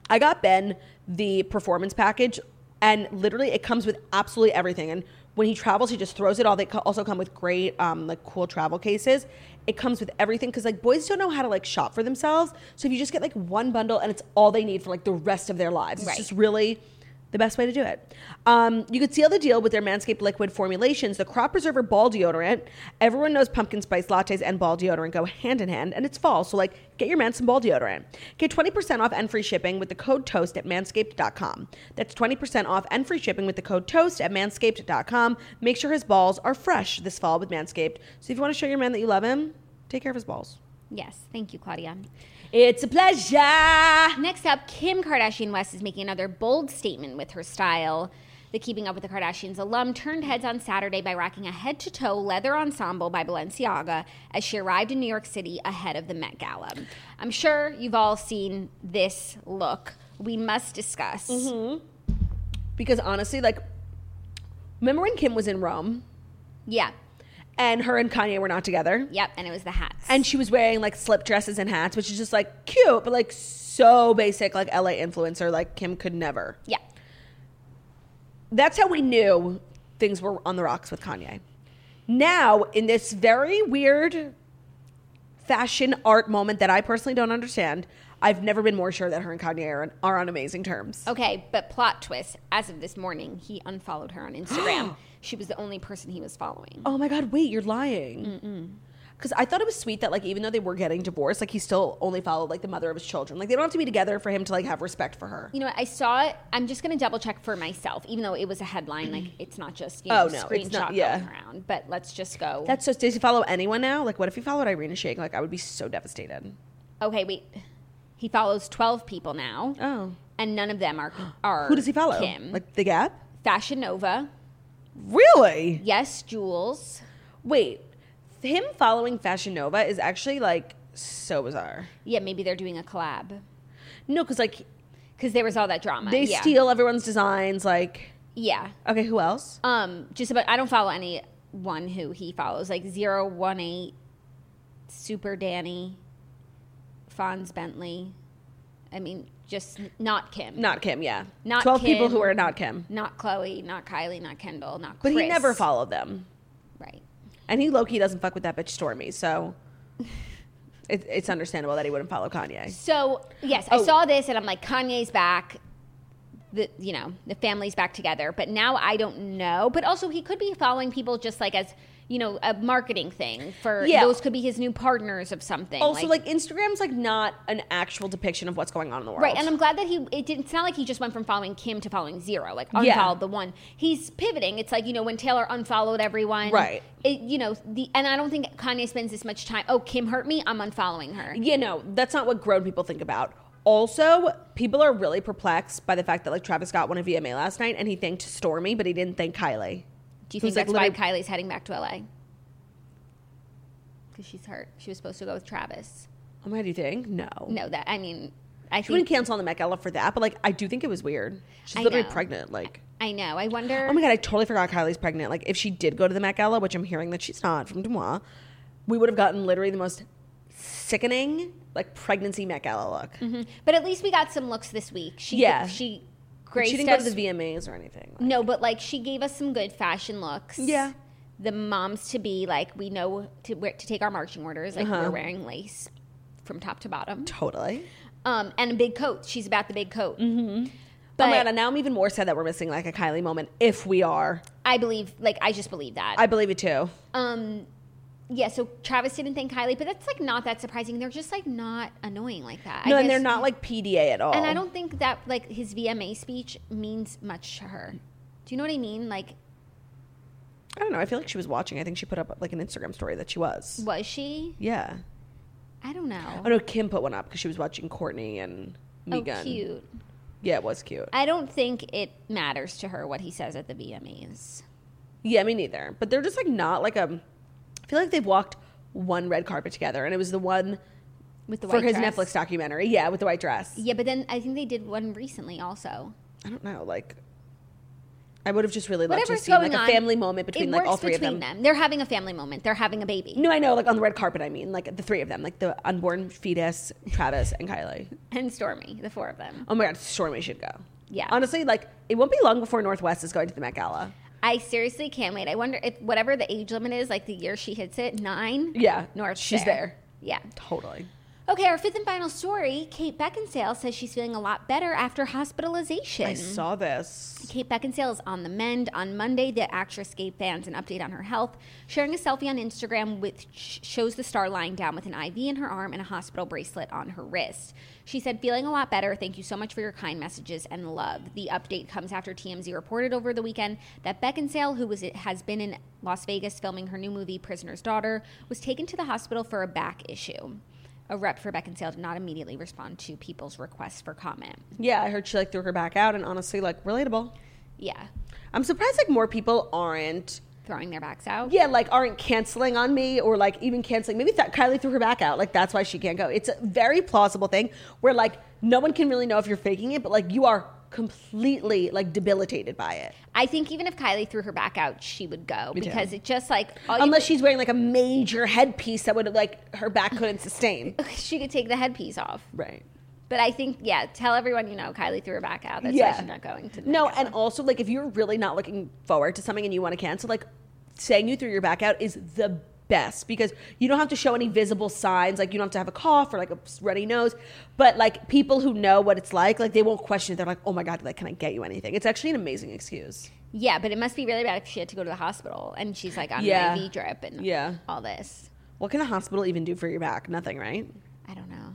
Speaker 1: I got Ben the performance package, and literally it comes with absolutely everything. And when he travels, he just throws it all. They co- also come with great, um, like cool travel cases. It comes with everything because like boys don't know how to like shop for themselves. So if you just get like one bundle and it's all they need for like the rest of their lives,
Speaker 2: Right.
Speaker 1: it's just really the best way to do it. Um, you could seal the deal with their Manscaped liquid formulations, the Crop Preserver ball deodorant. Everyone knows pumpkin spice lattes and ball deodorant go hand in hand, and it's fall, so like get your man some ball deodorant. Get 20% off and free shipping with the code TOAST at manscaped.com. That's 20% off and free shipping with the code TOAST at manscaped.com. Make sure his balls are fresh this fall with Manscaped. So if you want to show your man that you love him, take care of his balls.
Speaker 2: Yes, thank you, Claudia.
Speaker 1: It's a pleasure.
Speaker 2: Next up, Kim Kardashian West is making another bold statement with her style. The Keeping Up with the Kardashians alum turned heads on Saturday by rocking a head to toe leather ensemble by Balenciaga as she arrived in New York City ahead of the Met Gala. I'm sure you've all seen this look. We must discuss.
Speaker 1: Because honestly, like, remember when Kim was in Rome?
Speaker 2: Yeah.
Speaker 1: and her and Kanye were not together.
Speaker 2: Yep. And it was the hats.
Speaker 1: And she was wearing like slip dresses and hats, which is just like cute, but like so basic, like LA influencer, like Kim could never.
Speaker 2: yeah.
Speaker 1: That's how we knew things were on the rocks with Kanye. Now, in this very weird fashion art moment that I personally don't understand, I've never been more sure that her and Kanye are on, are on amazing terms.
Speaker 2: Okay, but plot twist. As of this morning, he unfollowed her on Instagram. she was the only person he was following.
Speaker 1: Oh my God, wait, you're lying. Because I thought it was sweet that, like, even though they were getting divorced, like, he still only followed, like, the mother of his children. Like, they don't have to be together for him to, like, have respect for her.
Speaker 2: You know, what, I saw it. I'm just gonna double check for myself, even though it was a headline. Like, it's not just you know,
Speaker 1: Mm-hmm. Oh, no,
Speaker 2: screenshot
Speaker 1: it's not- yeah.
Speaker 2: going around. But let's just go.
Speaker 1: That's so. Does he follow anyone now? Like, what if he followed Irina Shayk? Like, I would be so devastated.
Speaker 2: okay. Wait, he follows 12 people now.
Speaker 1: Oh.
Speaker 2: and none of them are are.
Speaker 1: Who does he follow?
Speaker 2: Kim,
Speaker 1: Like, The Gap?
Speaker 2: Fashion Nova.
Speaker 1: Really?
Speaker 2: Yes, Jules.
Speaker 1: Wait, him following Fashion Nova is actually, like, so bizarre.
Speaker 2: Yeah, maybe they're doing a collab
Speaker 1: No, because, like,
Speaker 2: because there was all that drama.
Speaker 1: they
Speaker 2: yeah.
Speaker 1: steal everyone's designs. Like,
Speaker 2: Yeah.
Speaker 1: okay, who else?
Speaker 2: Um, just about. I don't follow anyone who he follows. Like zero one eight, Super Danny, Fonz Bentley. I mean, just n- not Kim.
Speaker 1: Not Kim, yeah.
Speaker 2: Not
Speaker 1: 12 people
Speaker 2: Kim.
Speaker 1: who are not Kim.
Speaker 2: Not Chloe. Not Kylie. Not Kendall. Not.
Speaker 1: But
Speaker 2: Chris.
Speaker 1: he never followed them.
Speaker 2: Right.
Speaker 1: And he low key doesn't fuck with that bitch Stormy, so it, it's understandable that he wouldn't follow Kanye.
Speaker 2: So yes,
Speaker 1: Oh.
Speaker 2: I saw this and I'm like, Kanye's back. the you know the families back together. But now I don't know. But also he could be following people just like as you know a marketing thing for
Speaker 1: Yeah.
Speaker 2: those could be his new partners of something.
Speaker 1: Also, like, Instagram's like not an actual depiction of what's going on in the world.
Speaker 2: Right, and I'm glad that he. It didn't, it's not like he just went from following Kim to following zero, like unfollowed
Speaker 1: Yeah.
Speaker 2: the one. He's pivoting. It's like you know when Taylor unfollowed everyone.
Speaker 1: Right.
Speaker 2: It, you know the, and I don't think Kanye spends this much time. Oh, Kim hurt me. I'm unfollowing her.
Speaker 1: you know, that's not what grown people think about. Also, people are really perplexed by the fact that like Travis Scott won a VMA last night and he thanked Stormy, but he didn't thank Kylie.
Speaker 2: Do you
Speaker 1: Who's,
Speaker 2: think
Speaker 1: like,
Speaker 2: that's why Kylie's heading back to LA? Because she's hurt. She was supposed to go with Travis.
Speaker 1: Oh my god, you think? No.
Speaker 2: No, that I mean, I
Speaker 1: She wouldn't
Speaker 2: think
Speaker 1: cancel on the Met Gala for that, but like I do think it was weird. She's
Speaker 2: I
Speaker 1: literally
Speaker 2: know.
Speaker 1: pregnant. Like
Speaker 2: I know. I wonder.
Speaker 1: Oh my god, I totally forgot Kylie's pregnant. Like if she did go to the Met Gala, which I'm hearing that she's not from Dumois, we would have gotten literally the most sickening like pregnancy Met Gala look.
Speaker 2: But at least we got some looks this week. She,
Speaker 1: Yeah.
Speaker 2: She.
Speaker 1: But
Speaker 2: Graced
Speaker 1: She didn't go
Speaker 2: us
Speaker 1: to the VMAs or anything. Like,
Speaker 2: No, but like she gave us some good fashion looks.
Speaker 1: Yeah.
Speaker 2: The moms to be like we know to where to take our marching orders. Like
Speaker 1: Uh-huh.
Speaker 2: we're wearing lace from top to bottom.
Speaker 1: Totally.
Speaker 2: Um, and a big coat. She's about the big coat.
Speaker 1: oh my
Speaker 2: But
Speaker 1: god, and now I'm even more sad that we're missing like a Kylie moment if we are.
Speaker 2: I believe, like I just believe that.
Speaker 1: I believe it too.
Speaker 2: um, yeah. So Travis didn't thank Kylie, but that's like not that surprising. They're just like not annoying like that. I
Speaker 1: no, and
Speaker 2: guess-
Speaker 1: they're not like PDA at all.
Speaker 2: And I don't think that like his VMA speech means much to her. Do you know what I mean? Like,
Speaker 1: I don't know. I feel like she was watching. I think she put up like an Instagram story that she was.
Speaker 2: was she?
Speaker 1: Yeah.
Speaker 2: I don't know.
Speaker 1: Oh no, Kim put one up because she was watching Courtney and Megan.
Speaker 2: oh, cute.
Speaker 1: Yeah, it was cute.
Speaker 2: I don't think it matters to her what he says at the VMAs.
Speaker 1: Yeah, me neither. But they're just like not like um. I feel like they've walked one red carpet together, and it was the one
Speaker 2: With the
Speaker 1: for
Speaker 2: white
Speaker 1: his
Speaker 2: dress.
Speaker 1: Netflix documentary. Yeah, with the white dress.
Speaker 2: Yeah, but then I think they did one recently also.
Speaker 1: I don't know, like. I would have just really loved to
Speaker 2: Whatever's
Speaker 1: see like
Speaker 2: going
Speaker 1: a
Speaker 2: on,
Speaker 1: family moment between
Speaker 2: it
Speaker 1: like all
Speaker 2: works
Speaker 1: three of them.
Speaker 2: between They're having a family moment. They're having a baby.
Speaker 1: No, I know, like on the red carpet. I mean, like the three of them, like the unborn fetus, Travis, and Kylie.
Speaker 2: And Stormy, the four of them.
Speaker 1: Oh my god, Stormy should go.
Speaker 2: Yeah.
Speaker 1: Honestly, like it won't be long before Northwest is going to the Met Gala.
Speaker 2: I seriously can't wait. I wonder if whatever the age limit is, like the year she hits it, nine.
Speaker 1: Yeah,
Speaker 2: North.
Speaker 1: she's there.
Speaker 2: Yeah.
Speaker 1: Totally.
Speaker 2: Okay, our fifth and final story. Kate Beckinsale says she's feeling a lot better after hospitalization.
Speaker 1: I saw this.
Speaker 2: Kate Beckinsale is on the mend. On Monday, the actress gave fans an update on her health, sharing a selfie on Instagram which shows the star lying down with an IV in her arm and a hospital bracelet on her wrist. She said, Feeling a lot better. Thank you so much for your kind messages and love. The update comes after TMZ reported over the weekend that Beckinsale, who was, has been in Las Vegas filming her new movie, Prisoner's Daughter, was taken to the hospital for a back issue. A rep for Beckinsale did not immediately respond to people's requests for comment.
Speaker 1: Yeah, I heard she like threw her back out, and honestly, like relatable.
Speaker 2: Yeah.
Speaker 1: I'm surprised like more people aren't.
Speaker 2: Throwing their backs out.
Speaker 1: Yeah, like aren't canceling on me or like even canceling. Maybe that Kylie threw her back out. Like that's why she can't go. It's a very plausible thing where like no one can really know if you're faking it, but like you are completely like debilitated by it.
Speaker 2: I think even if Kylie threw her back out, she would go
Speaker 1: too.
Speaker 2: because it just like all you
Speaker 1: Unless she's wearing like a major headpiece that would like her back couldn't sustain.
Speaker 2: could- she could take the headpiece off.
Speaker 1: Right.
Speaker 2: But I think yeah, tell everyone you know Kylie threw her back out. That's
Speaker 1: Yeah.
Speaker 2: why she's not going to. the
Speaker 1: No,
Speaker 2: Met Gala.
Speaker 1: and also like if you're really not looking forward to something and you want to cancel, like saying you threw your back out is the best because you don't have to show any visible signs. Like you don't have to have a cough or like a runny nose. But like people who know what it's like, like they won't question it. They're like, oh my god, like can I get you anything? It's actually an amazing excuse.
Speaker 2: yeah, but it must be really bad if she had to go to the hospital and she's like on
Speaker 1: Yeah.
Speaker 2: an IV drip and
Speaker 1: Yeah.
Speaker 2: all this.
Speaker 1: What can the hospital even do for your back? Nothing, right?
Speaker 2: I don't know.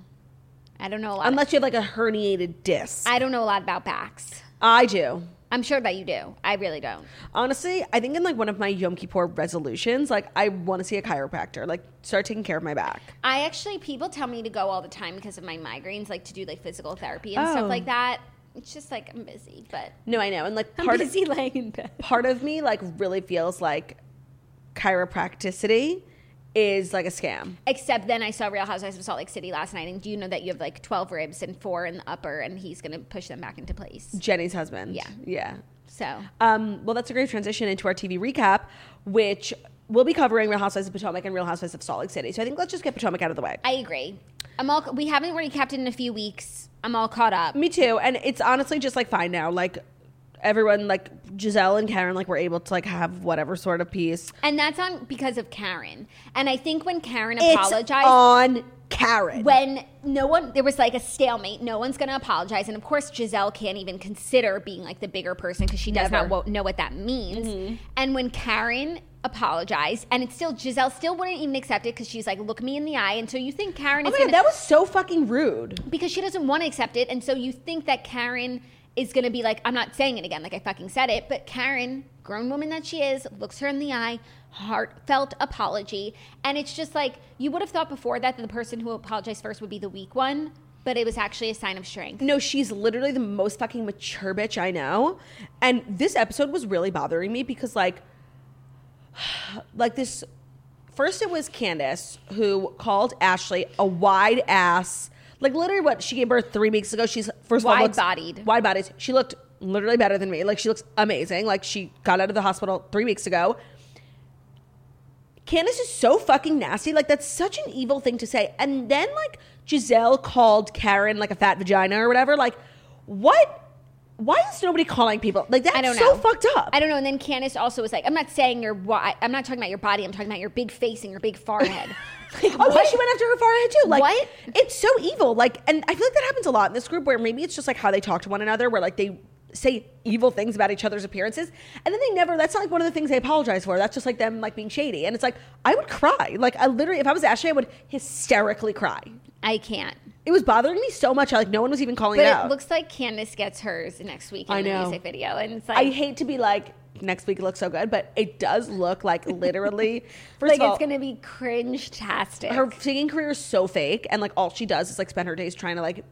Speaker 2: I don't know a lot.
Speaker 1: Unless you have like a herniated disc.
Speaker 2: I don't know a lot about backs.
Speaker 1: I do.
Speaker 2: I'm sure that you do. I really don't.
Speaker 1: Honestly, I think in like one of my Yom Kippur resolutions, like I want to see a chiropractor, like start taking care of my back.
Speaker 2: I actually people tell me to go all the time because of my migraines, like to do like physical therapy and
Speaker 1: Oh.
Speaker 2: stuff like that. It's just like I'm busy, but
Speaker 1: No, I know. And like
Speaker 2: I'm
Speaker 1: part of,
Speaker 2: busy laying in bed.
Speaker 1: part of me like really feels like chiropracticity is like a scam.
Speaker 2: Except then I saw Real Housewives of Salt Lake City last night, and do you know that you have like twelve ribs and four in the upper, and he's gonna push them back into place.
Speaker 1: Jenny's husband.
Speaker 2: Yeah.
Speaker 1: Yeah.
Speaker 2: So
Speaker 1: Um, well, that's a great transition into our TV recap, which we'll be covering Real Housewives of Potomac and Real Housewives of Salt Lake City. So I think let's just get Potomac out of the way.
Speaker 2: I agree. I'm all. We haven't recapped it in a few weeks. I'm all caught up.
Speaker 1: Me too. And it's honestly just like fine now. Like everyone, like Giselle and Karen, like were able to like have whatever sort of peace.
Speaker 2: And that's on because of Karen. And I think when Karen
Speaker 1: It's
Speaker 2: apologized,
Speaker 1: on Karen.
Speaker 2: when no one there was like a stalemate no one's going to apologize and of course giselle can't even consider being like the bigger person because she does
Speaker 1: Never. Mm-hmm.
Speaker 2: not wo- know what that means and when karen apologized and it's still giselle still wouldn't even accept it because she's like look me in the eye and so you think karen
Speaker 1: oh
Speaker 2: is
Speaker 1: my
Speaker 2: going
Speaker 1: god, that
Speaker 2: to
Speaker 1: was so fucking rude.
Speaker 2: because she doesn't want to accept it and so you think that karen is going to be like i'm not saying it again like i fucking said it but karen grown woman that she is looks her in the eye heartfelt apology and it's just like you would have thought before that the person who apologized first would be the weak one but it was actually a sign of strength
Speaker 1: No, she's literally the most fucking mature bitch I know. And this episode was really bothering me because like like this first it was Candace who called Ashley a wide ass like literally what she gave birth three weeks ago. She's first of all looks-
Speaker 2: Wide-bodied.
Speaker 1: Wide bodied. She looked literally better than me. Like she looks amazing. Like she got out of the hospital three weeks ago. Candace is so fucking nasty. Like that's such an evil thing to say. And then like Giselle called Karen like a fat vagina or whatever. Like what? Why is nobody calling people like that's
Speaker 2: I don't
Speaker 1: so
Speaker 2: know.
Speaker 1: fucked up?
Speaker 2: I don't know. And then Candace also was like, "I'm not saying your why. I'm not talking about your body. I'm talking about your big face and your big forehead." Like,
Speaker 1: Oh yeah,
Speaker 2: what?
Speaker 1: she went after her forehead too. Like
Speaker 2: What?
Speaker 1: It's so evil. Like, and I feel like that happens a lot in this group where maybe it's just like how they talk to one another, where like they say evil things about each other's appearances, and then they never. That's not like one of the things they apologize for. That's just like them like being shady. And it's like I would cry. Like I literally, if I was Ashley, I would hysterically cry.
Speaker 2: I can't.
Speaker 1: It was bothering me so much. I, like no one was even calling
Speaker 2: But
Speaker 1: it out.
Speaker 2: it looks like Candace gets hers next week in
Speaker 1: I
Speaker 2: the
Speaker 1: know.
Speaker 2: music video, and it's like
Speaker 1: I hate to be like next week it looks so good, but it does look like literally. First
Speaker 2: like
Speaker 1: of all,
Speaker 2: it's gonna be cringe tastic.
Speaker 1: her singing career is so fake and like all she does is like spend her days trying to like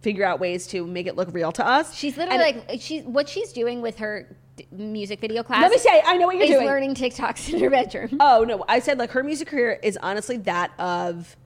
Speaker 1: figure out ways to make it look real to us
Speaker 2: she's literally
Speaker 1: And-
Speaker 2: like she's what she's doing with her d- music video class.
Speaker 1: let me say i know what you're
Speaker 2: is
Speaker 1: doing
Speaker 2: learning TikToks in her bedroom.
Speaker 1: oh no i said like her music career is honestly that of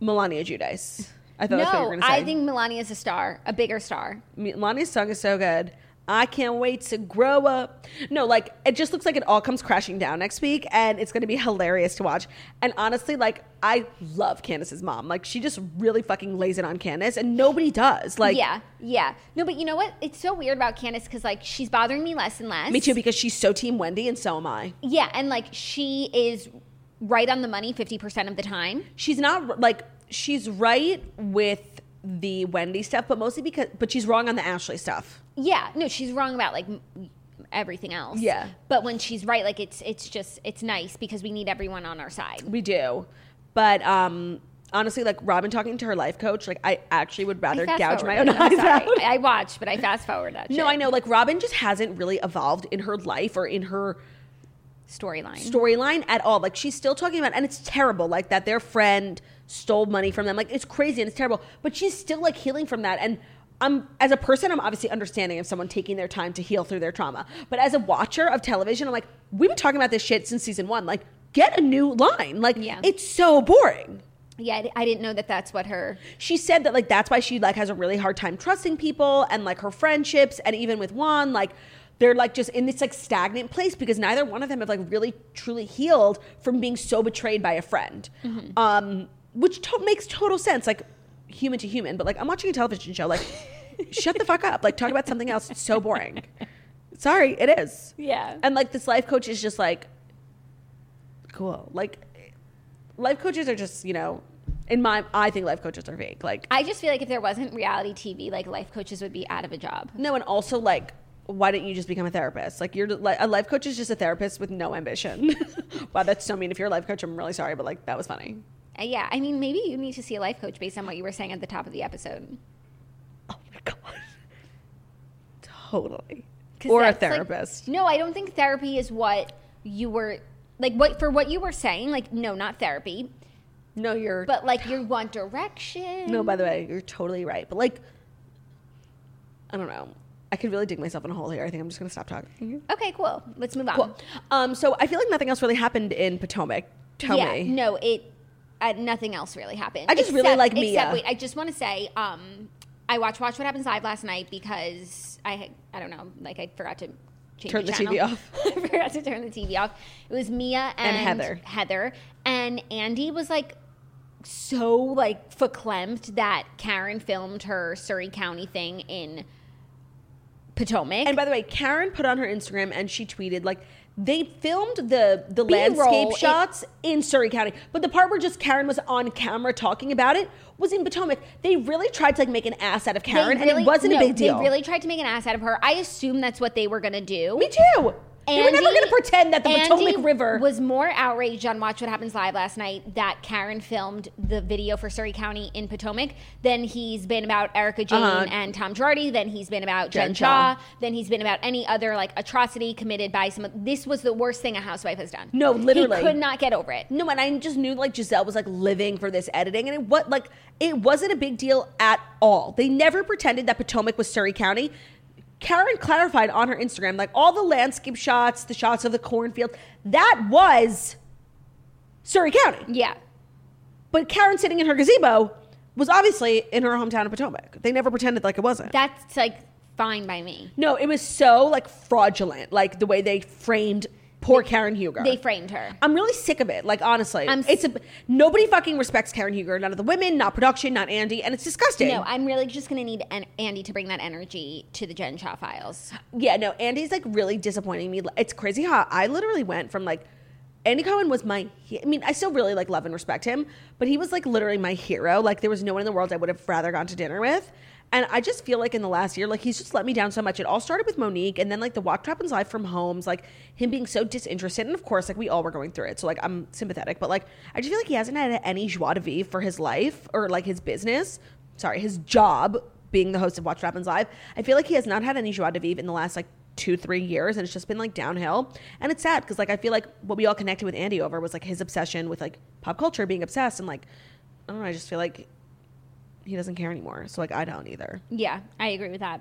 Speaker 1: melania judice i thought that's what you were
Speaker 2: no,
Speaker 1: gonna say
Speaker 2: I think Melania's a star, a bigger star.
Speaker 1: melania's song is so good I can't wait to grow up. No, like it just looks like it all comes crashing down next week and it's gonna be hilarious to watch. And honestly, like I love Candace's mom. Like she just really fucking lays it on Candace and nobody does. Like
Speaker 2: yeah, yeah. No, but you know what? It's so weird about Candace because like she's bothering me less and less.
Speaker 1: Me too, because she's so Team Wendy, and so am I.
Speaker 2: Yeah, and like she is right on the money 50% of the time.
Speaker 1: She's not like she's right with the Wendy stuff, but mostly because but she's wrong on the Ashley stuff.
Speaker 2: Yeah, no, she's wrong about like m- everything else.
Speaker 1: Yeah.
Speaker 2: But when she's right like it's it's just it's nice because we need everyone on our side.
Speaker 1: We do, but um, honestly, like Robin talking to her life coach, like I actually would rather
Speaker 2: I
Speaker 1: gouge my own
Speaker 2: fast-forwarded, I'm
Speaker 1: eyes out.
Speaker 2: sorry. I watched, but I fast forward that.
Speaker 1: No, I know. Like Robin just hasn't really evolved in her life or in her
Speaker 2: Storyline.
Speaker 1: storyline at all. Like she's still talking about, and it's terrible. Like that their friend stole money from them. Like it's crazy and it's terrible. But she's still like healing from that. And I'm as a person, I'm obviously understanding of someone taking their time to heal through their trauma. But as a watcher of television, I'm like, we've been talking about this shit since season one. Like, get a new line. Like,
Speaker 2: Yeah.
Speaker 1: it's so boring.
Speaker 2: yeah, I di- I didn't know that that's what her
Speaker 1: She said that like that's why she like has a really hard time trusting people and like her friendships and even with Juan like they're like just in this like stagnant place because neither one of them have like really truly healed from being so betrayed by a friend, um, which to- makes total sense like human to human. But like I'm watching a television show like shut the fuck up like talk about something else. It's so boring. Sorry, it is.
Speaker 2: Yeah.
Speaker 1: And like this life coach is just like cool like life coaches are just you know in my i think life coaches are fake like
Speaker 2: I just feel like if there wasn't reality TV, like life coaches would be out of a job.
Speaker 1: no and also like why don't you just become a therapist like you're like a life coach is just a therapist with no ambition wow that's so mean if you're a life coach i'm really sorry but like that was funny
Speaker 2: Uh, yeah, I mean, maybe you need to see a life coach based on what you were saying at the top of the episode.
Speaker 1: oh my god totally
Speaker 2: 'Cause
Speaker 1: or a
Speaker 2: that's, like-
Speaker 1: therapist
Speaker 2: no, I don't think therapy is what you were like. What for? What you were saying? Like, no, not therapy,
Speaker 1: no you're
Speaker 2: but like your One Direction.
Speaker 1: no by the way you're totally right but like i don't know i could really dig myself in a hole here i think i'm just gonna stop talking
Speaker 2: Okay, cool. Let's move on.
Speaker 1: cool um so i feel like nothing else really happened in potomac tell
Speaker 2: yeah,
Speaker 1: me
Speaker 2: no, it. Uh, nothing else really happened.
Speaker 1: I just really like Mia.
Speaker 2: Except, wait, I just want to say, um, I watched Watch What Happens Live last night because I, had- I don't know, like I forgot to change
Speaker 1: Turn the TV
Speaker 2: channel.
Speaker 1: off.
Speaker 2: I forgot to turn the TV off. It was Mia
Speaker 1: And
Speaker 2: and,
Speaker 1: Heather.
Speaker 2: Heather and Andy was like so like verklempt that Karen filmed her Surrey County thing in Potomac.
Speaker 1: And by the way, Karen put on her Instagram and she tweeted like They filmed the the
Speaker 2: B-roll,
Speaker 1: landscape
Speaker 2: it-
Speaker 1: shots in Surrey County, but the part where just Karen was on camera talking about it was in Potomac. They really tried to like make an ass out of
Speaker 2: They
Speaker 1: Karen, and
Speaker 2: really-
Speaker 1: it wasn't
Speaker 2: no,
Speaker 1: a big deal.
Speaker 2: They really tried to make an ass out of her. I assume that's what they were going to do.
Speaker 1: Me too. they were never
Speaker 2: Andy-
Speaker 1: going to pretend that the
Speaker 2: Andy
Speaker 1: Potomac River
Speaker 2: was more outraged on Watch What Happens Live last night that Karen filmed the video for Surrey County in Potomac than he's been about Erica Jane
Speaker 1: Uh-huh.
Speaker 2: and Tom Girardi, than he's been about Jen
Speaker 1: Jen
Speaker 2: Shaw,
Speaker 1: Shaw.
Speaker 2: than he's been about any other like atrocity committed by some. This was the worst thing a housewife has done.
Speaker 1: No, literally.
Speaker 2: he could not get over it.
Speaker 1: No, and I just knew like Giselle was like living for this editing, and it what like it wasn't a big deal at all. They never pretended that Potomac was Surrey County. Karen clarified on her Instagram, like all the landscape shots, the shots of the cornfield, that was Surrey County.
Speaker 2: Yeah,
Speaker 1: But Karen sitting in her gazebo was obviously in her hometown of Potomac. They never pretended like it wasn't.
Speaker 2: that's like fine by me.
Speaker 1: no, it was so like fraudulent, like the way they framed poor Karen Huger.
Speaker 2: They framed her.
Speaker 1: I'm really sick of it. Like honestly,
Speaker 2: I'm
Speaker 1: it's a, nobody fucking respects Karen Huger. None of the women, not production, not Andy, and it's disgusting.
Speaker 2: No, I'm really just going to need an- Andy to bring that energy to the Jen Shaw files.
Speaker 1: yeah, no, Andy's like really disappointing me. It's crazy how I literally went from like Andy Cohen was my. He- I mean, I still really like love and respect him, but he was like literally my hero. Like there was no one in the world I would have rather gone to dinner with. And I just feel like in the last year, like he's just let me down so much. It all started with Monique, and then like the Walk Happens Live from Homes, like him being so disinterested. And of course, like we all were going through it, so like I'm sympathetic. But like I just feel like he hasn't had any joie de vivre for his life or like his business. Sorry, his job being the host of Watch What Happens Live. I feel like he has not had any joie de vivre in the last like two three years and it's just been like downhill and it's sad because like i feel like what we all connected with andy over was like his obsession with like pop culture being obsessed and like i don't know i just feel like he doesn't care anymore so like i don't either
Speaker 2: Yeah, I agree with that.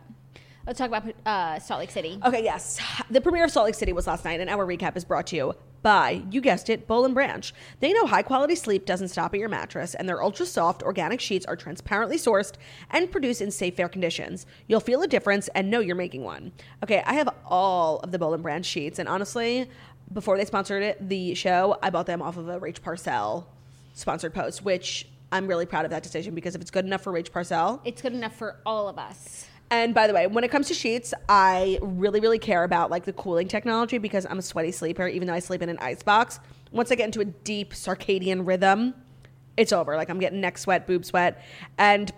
Speaker 2: Let's talk about uh, Salt Lake City.
Speaker 1: okay yes the premiere of salt lake city was last night and our recap is brought to you by you guessed it bowl and branch they know high quality sleep doesn't stop at your mattress and their ultra soft organic sheets are transparently sourced and produced in safe fair conditions you'll feel a difference and know you're making one okay i have all of the bowl and branch sheets and honestly before they sponsored it the show i bought them off of a rach parcell sponsored post which i'm really proud of that decision because if it's good enough for rach parcell
Speaker 2: It's good enough for all of us.
Speaker 1: and by the way, when it comes to sheets, I really, really care about like the cooling technology because I'm a sweaty sleeper, even though I sleep in an ice box. Once I get into a deep circadian rhythm, it's over. Like I'm getting neck sweat, boob sweat. And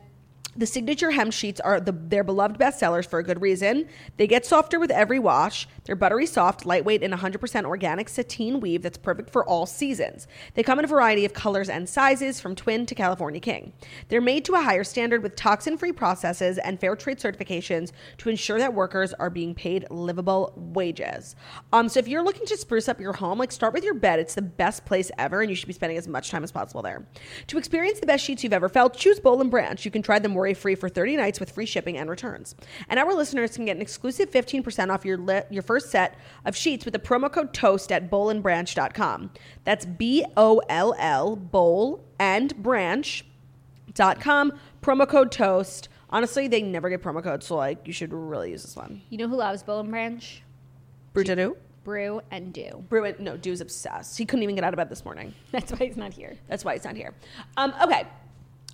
Speaker 1: the signature hem sheets are the, their beloved bestsellers for a good reason. They get softer with every wash. They're buttery soft, lightweight, and 100% organic sateen weave that's perfect for all seasons. They come in a variety of colors and sizes, from twin to California King. They're made to a higher standard with toxin free processes and fair trade certifications to ensure that workers are being paid livable wages. Um, so if you're looking to spruce up your home, like start with your bed. It's the best place ever, and you should be spending as much time as possible there. To experience the best sheets you've ever felt, choose Bowl and Branch. You can try them worry free for 30 nights with free shipping and returns. And our listeners can get an exclusive 15% off your li- your first set of sheets with the promo code TOAST at bowlandbranch.com. That's B O L L, bowl and branch dot com promo code toast honestly they never get promo codes so like you should really use this one
Speaker 2: You know who loves Bowl and Branch?
Speaker 1: brutanu
Speaker 2: Brew and Do.
Speaker 1: bruin no dude's obsessed he couldn't even get out of bed this morning
Speaker 2: That's why he's not here.
Speaker 1: that's why he's not here um okay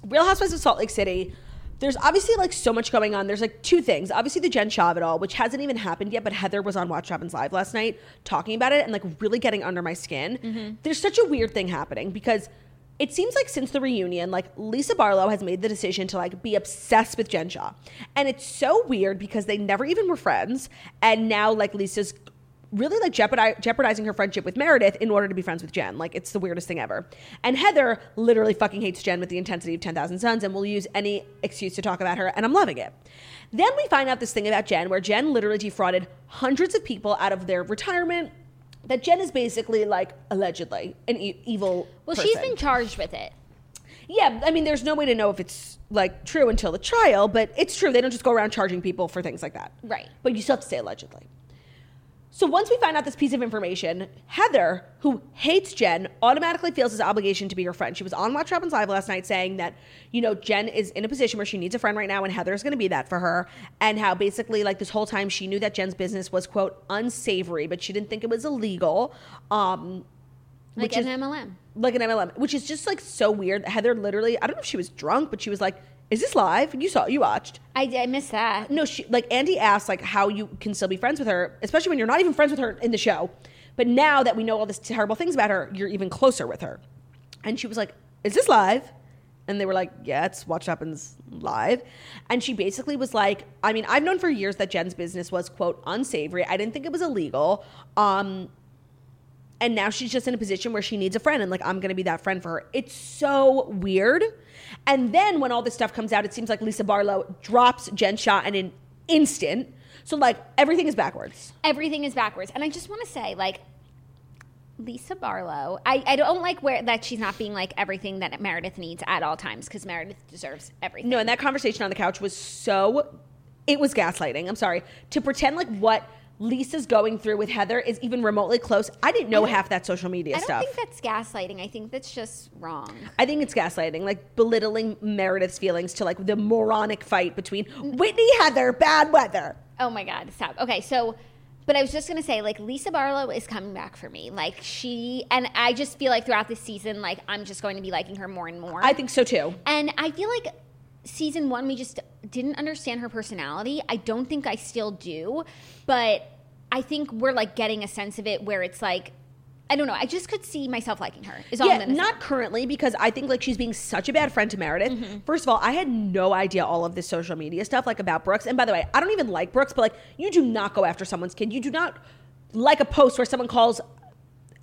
Speaker 1: real housewives of salt lake city there's obviously like so much going on. There's like two things. Obviously, the Jen Shaw of it all, which hasn't even happened yet, but Heather was on Watch What Happens Live last night talking about it and like really getting under my skin. There's such a weird thing happening because it seems like since the reunion, like Lisa Barlow has made the decision to like be obsessed with Jen Shaw. And it's so weird because they never even were friends. And now like Lisa's really like jeopardi- jeopardizing her friendship with Meredith in order to be friends with Jen. Like it's the weirdest thing ever. And Heather literally fucking hates Jen with the intensity of 10,000 suns and will use any excuse to talk about her and I'm loving it. Then we find out this thing about Jen where Jen literally defrauded hundreds of people out of their retirement that Jen is basically like allegedly an e- evil
Speaker 2: Well, she's
Speaker 1: person.
Speaker 2: been charged with it.
Speaker 1: Yeah, I mean, there's no way to know if it's like true until the trial, but it's true. They don't just go around charging people for things like that.
Speaker 2: Right.
Speaker 1: But you still have to say allegedly. So once we find out this piece of information, Heather, who hates Jen, automatically feels his obligation to be her friend. She was on Watch What Happens Live last night saying that, you know, Jen is in a position where she needs a friend right now and Heather's going to be that for her. And how basically, like, this whole time she knew that Jen's business was, quote, unsavory, but she didn't think it was illegal. Um,
Speaker 2: Like
Speaker 1: Which
Speaker 2: an
Speaker 1: is-
Speaker 2: MLM.
Speaker 1: like an MLM, which is just like so weird. Heather literally, I don't know if she was drunk, but she was like, "Is this live? You saw, you watched."
Speaker 2: I, I missed that.
Speaker 1: No, she like Andy asked like how you can still be friends with her, especially when you're not even friends with her in the show. But now that we know all these terrible things about her, you're even closer with her. And she was like, Is this live? And they were like, Yeah, it's Watch What Happens Live. And she basically was like, I mean, I've known for years that Jen's business was, quote, unsavory. I didn't think it was illegal. Um, and now she's just in a position where she needs a friend and like i'm gonna be that friend for her it's so weird and then when all this stuff comes out it seems like lisa barlow drops jen shot in an instant so like everything is backwards
Speaker 2: everything is backwards. And I just want to say, like, Lisa Barlow, I, I don't like where that she's not being like everything that Meredith needs at all times because Meredith deserves everything.
Speaker 1: no and that conversation on the couch was so it was gaslighting i'm sorry to pretend like what lisa's going through with heather is even remotely close i didn't know half that social media
Speaker 2: I don't
Speaker 1: stuff
Speaker 2: think that's gaslighting. I think that's just wrong.
Speaker 1: I think it's gaslighting, like belittling Meredith's feelings to like the moronic fight between Whitney Heather, bad weather.
Speaker 2: Oh my God, stop. Okay, so, but I was just gonna say, like, Lisa Barlow is coming back for me. Like, she, and I just feel like throughout this season, like, I'm just going to be liking her more and more.
Speaker 1: I think so too.
Speaker 2: and I feel like season one, we just didn't understand her personality. I don't think I still do, but I think we're like getting a sense of it where it's like, I don't know. I just could see myself liking her. Is all I'm
Speaker 1: Yeah,
Speaker 2: gonna say.
Speaker 1: not currently because I think like she's being such a bad friend to Meredith.
Speaker 2: Mm-hmm.
Speaker 1: First of all, I had no idea all of this social media stuff like about Brooks. And by the way, I don't even like Brooks, but like you do not go after someone's kid. You do not like a post where someone calls.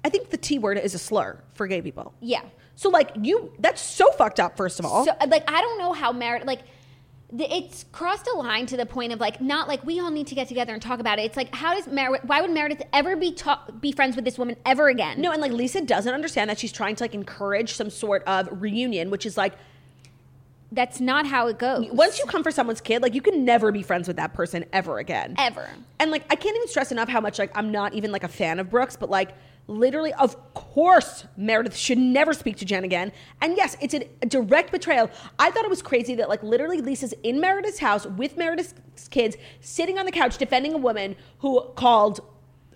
Speaker 1: I think the T word is a slur for gay people.
Speaker 2: Yeah.
Speaker 1: So like you, that's so fucked up. First of all,
Speaker 2: So uh, like I don't know how Meredith like the, it's crossed a line to the point of like not like we all need to get together and talk about it. It's like how does Meredith? Why would Meredith ever be talk, be friends with this woman ever again?
Speaker 1: no, and like Lisa doesn't understand that she's trying to like encourage some sort of reunion, which is like
Speaker 2: that's not how it goes.
Speaker 1: once you come for someone's kid, like you can never be friends with that person ever again.
Speaker 2: ever?
Speaker 1: And like I can't even stress enough how much like I'm not even like a fan of Brooks, but like literally of course Meredith should never speak to Jen again. And yes, it's an- a direct betrayal. I thought it was crazy that like literally Lisa's in Meredith's house with Meredith's kids sitting on the couch defending a woman who called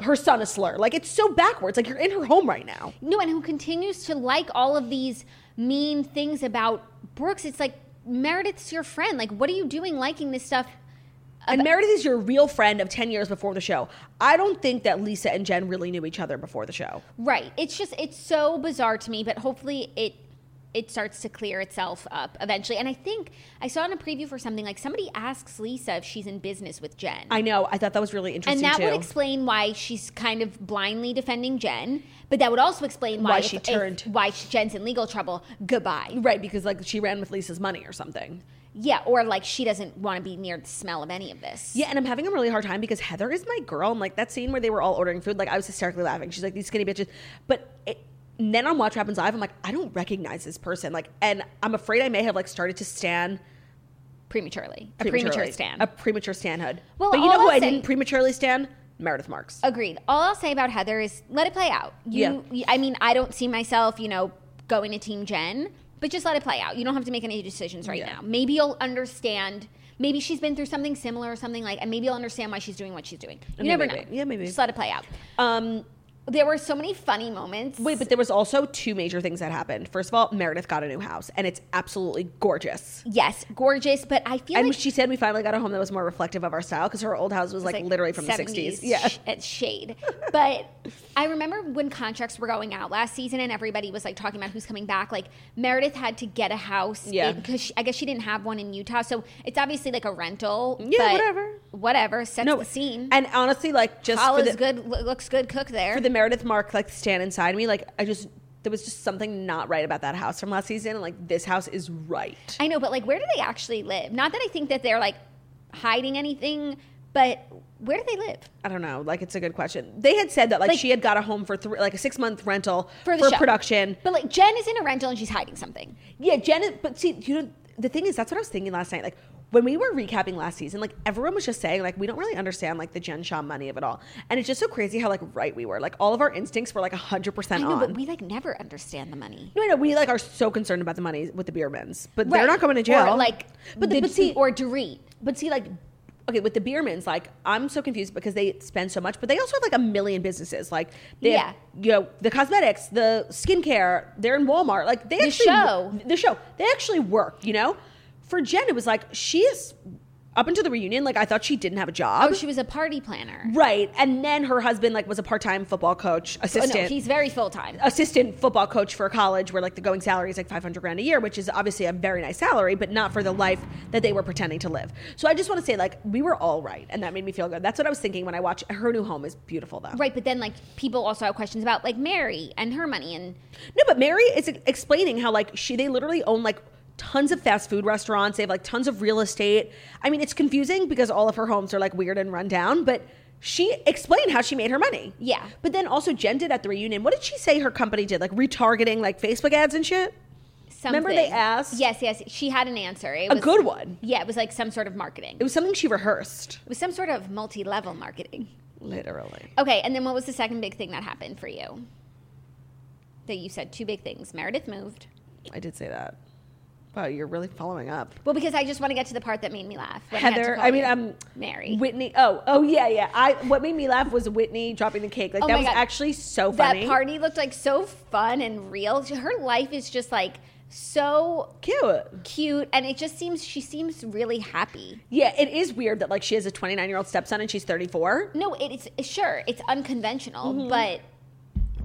Speaker 1: her son a slur. Like it's so backwards. Like you're in her home right now.
Speaker 2: No, and who continues to like all of these mean things about Brooks? It's like Meredith's your friend. Like what are you doing liking this stuff?
Speaker 1: And Meredith is your real friend of 10 years before the show. I don't think that Lisa and Jen really knew each other before the show.
Speaker 2: Right. It's just it's so bizarre to me, but hopefully it it starts to clear itself up eventually. And I think I saw in a preview for something like somebody asks Lisa if she's in business with Jen.
Speaker 1: I know. I thought that was really
Speaker 2: and
Speaker 1: interesting
Speaker 2: that
Speaker 1: too.
Speaker 2: would explain why she's kind of blindly defending Jen, but that would also explain why,
Speaker 1: Why she
Speaker 2: if- if-
Speaker 1: turned.
Speaker 2: why she- Jen's in legal trouble. Goodbye.
Speaker 1: right because like she ran with Lisa's money or something.
Speaker 2: Yeah, or like she doesn't want to be near the smell of any of this.
Speaker 1: Yeah, and I'm having a really hard time because Heather is my girl. And like that scene where they were all ordering food, like I was hysterically laughing. She's like, these skinny bitches. But it, and then on Watch What Happens Live, I'm like, I don't recognize this person. Like, and I'm afraid I may have like started to stan
Speaker 2: Prematurely. A
Speaker 1: prematurely.
Speaker 2: premature stand.
Speaker 1: A premature stanhood.
Speaker 2: Well,
Speaker 1: but you know
Speaker 2: all
Speaker 1: who
Speaker 2: I'll
Speaker 1: I
Speaker 2: say-
Speaker 1: didn't prematurely stan? Meredith Marks.
Speaker 2: Agreed. All I'll say about Heather is let it play out. You, you- I mean, I don't see myself, you know, going to Team Jen, but just let it play out. You don't have to make any decisions right
Speaker 1: Yeah.
Speaker 2: now. Maybe you'll understand. Maybe she's been through something similar or something like, and maybe you'll understand why she's doing what she's doing. You
Speaker 1: mean,
Speaker 2: never
Speaker 1: maybe.
Speaker 2: know.
Speaker 1: Yeah, maybe.
Speaker 2: Just let it play out.
Speaker 1: Um,
Speaker 2: There were so many funny moments.
Speaker 1: wait, but there was also two major things that happened. First of all, Meredith got a new house, and it's absolutely gorgeous.
Speaker 2: yes, gorgeous, but I feel
Speaker 1: And
Speaker 2: like
Speaker 1: she said we finally got a home that was more reflective of our style because her old house was like,
Speaker 2: It's
Speaker 1: literally from the
Speaker 2: 70s
Speaker 1: 60s. Yeah.
Speaker 2: sh- it's shade. But I remember when contracts were going out last season and everybody was like talking about who's coming back. Like Meredith had to get a house
Speaker 1: Yeah.
Speaker 2: because I guess she didn't have one in Utah. So it's obviously like a rental.
Speaker 1: Yeah,
Speaker 2: but
Speaker 1: whatever.
Speaker 2: Whatever. Sets the scene.
Speaker 1: And honestly, like just
Speaker 2: All
Speaker 1: for
Speaker 2: is
Speaker 1: the,
Speaker 2: good, lo- looks good, cook there.
Speaker 1: for the Meredith Mark like stand inside me, like I just there was just something not right about that house from last season. And like this house is right.
Speaker 2: I know, but like, where do they actually live? Not that I think that they're like hiding anything, but where do they live?
Speaker 1: I don't know. Like it's a good question. They had said that like,
Speaker 2: Like-
Speaker 1: she had got a home for three, like a six month rental
Speaker 2: For
Speaker 1: for,
Speaker 2: the show.
Speaker 1: production.
Speaker 2: But like, Jen is in a rental and she's hiding something.
Speaker 1: Yeah, Janet. But see, you know, the thing is, that's what I was thinking last night. Like when we were recapping last season, like everyone was just saying, like we don't really understand like the Jen Shaw money of it all, and it's just so crazy how like right we were. Like all of our instincts were like hundred
Speaker 2: I
Speaker 1: percent
Speaker 2: know,
Speaker 1: on.
Speaker 2: but we like never understand the money.
Speaker 1: No, no, we like are so concerned about the money with the Beermans, but they're
Speaker 2: Right.
Speaker 1: not going to jail.
Speaker 2: Or like,
Speaker 1: but, the,
Speaker 2: the,
Speaker 1: but see,
Speaker 2: or Dorit.
Speaker 1: but see, like, okay, with the Beermans, like, I'm so confused because they spend so much, but they also have like a million businesses. Like, they yeah, have, you know, the cosmetics, the skincare, they're in Walmart. Like, they
Speaker 2: The
Speaker 1: actually
Speaker 2: show.
Speaker 1: the show, they actually work. You know, for Jen, it was like she is. up until the reunion, like I thought she didn't have a job.
Speaker 2: Oh, she was a party planner.
Speaker 1: right. And then her husband like was a part-time football coach
Speaker 2: Oh,
Speaker 1: assistant.
Speaker 2: no, he's very full time.
Speaker 1: assistant football coach for a college where like the going salary is like 500 grand a year which is obviously a very nice salary but not for the life that they were pretending to live so i just want to say like we were all right and that made me feel good that's what i was thinking when i watched her new home is beautiful though
Speaker 2: Right, but then like people also have questions about like Mary and her money and
Speaker 1: no but mary is explaining how like she they literally own like tons of fast food restaurants they have like tons of real estate i mean it's confusing because all of her homes are like weird and run down but she explained how she made her money.
Speaker 2: Yeah.
Speaker 1: But then also Jen did at the reunion. What did she say her company did? Like retargeting like Facebook ads and shit?
Speaker 2: something.
Speaker 1: Remember they asked?
Speaker 2: Yes, yes. She had an answer. It
Speaker 1: A
Speaker 2: was-
Speaker 1: good one.
Speaker 2: Yeah, it was like some sort of marketing.
Speaker 1: It was something she rehearsed.
Speaker 2: It was some sort of multi-level marketing.
Speaker 1: Literally.
Speaker 2: Okay, and then what was the second big thing that happened for you? That you said two big things. Meredith moved.
Speaker 1: I did say that. Wow, you're really following up.
Speaker 2: Well, because I just want to get to the part that made me laugh. when had to
Speaker 1: Heather,
Speaker 2: call
Speaker 1: I mean,
Speaker 2: you.
Speaker 1: um,
Speaker 2: Mary.
Speaker 1: Whitney. Oh, oh yeah, yeah. I what made me laugh was Whitney dropping the cake. Like
Speaker 2: Oh
Speaker 1: that
Speaker 2: my
Speaker 1: was
Speaker 2: God.
Speaker 1: actually so funny.
Speaker 2: That party looked like so fun and real. Her life is just like so
Speaker 1: cute.
Speaker 2: cute, and it just seems she seems really happy.
Speaker 1: Yeah, it is weird that like she has a 29 year old stepson and she's 34.
Speaker 2: No, it, it's sure it's unconventional,
Speaker 1: Mm-hmm.
Speaker 2: but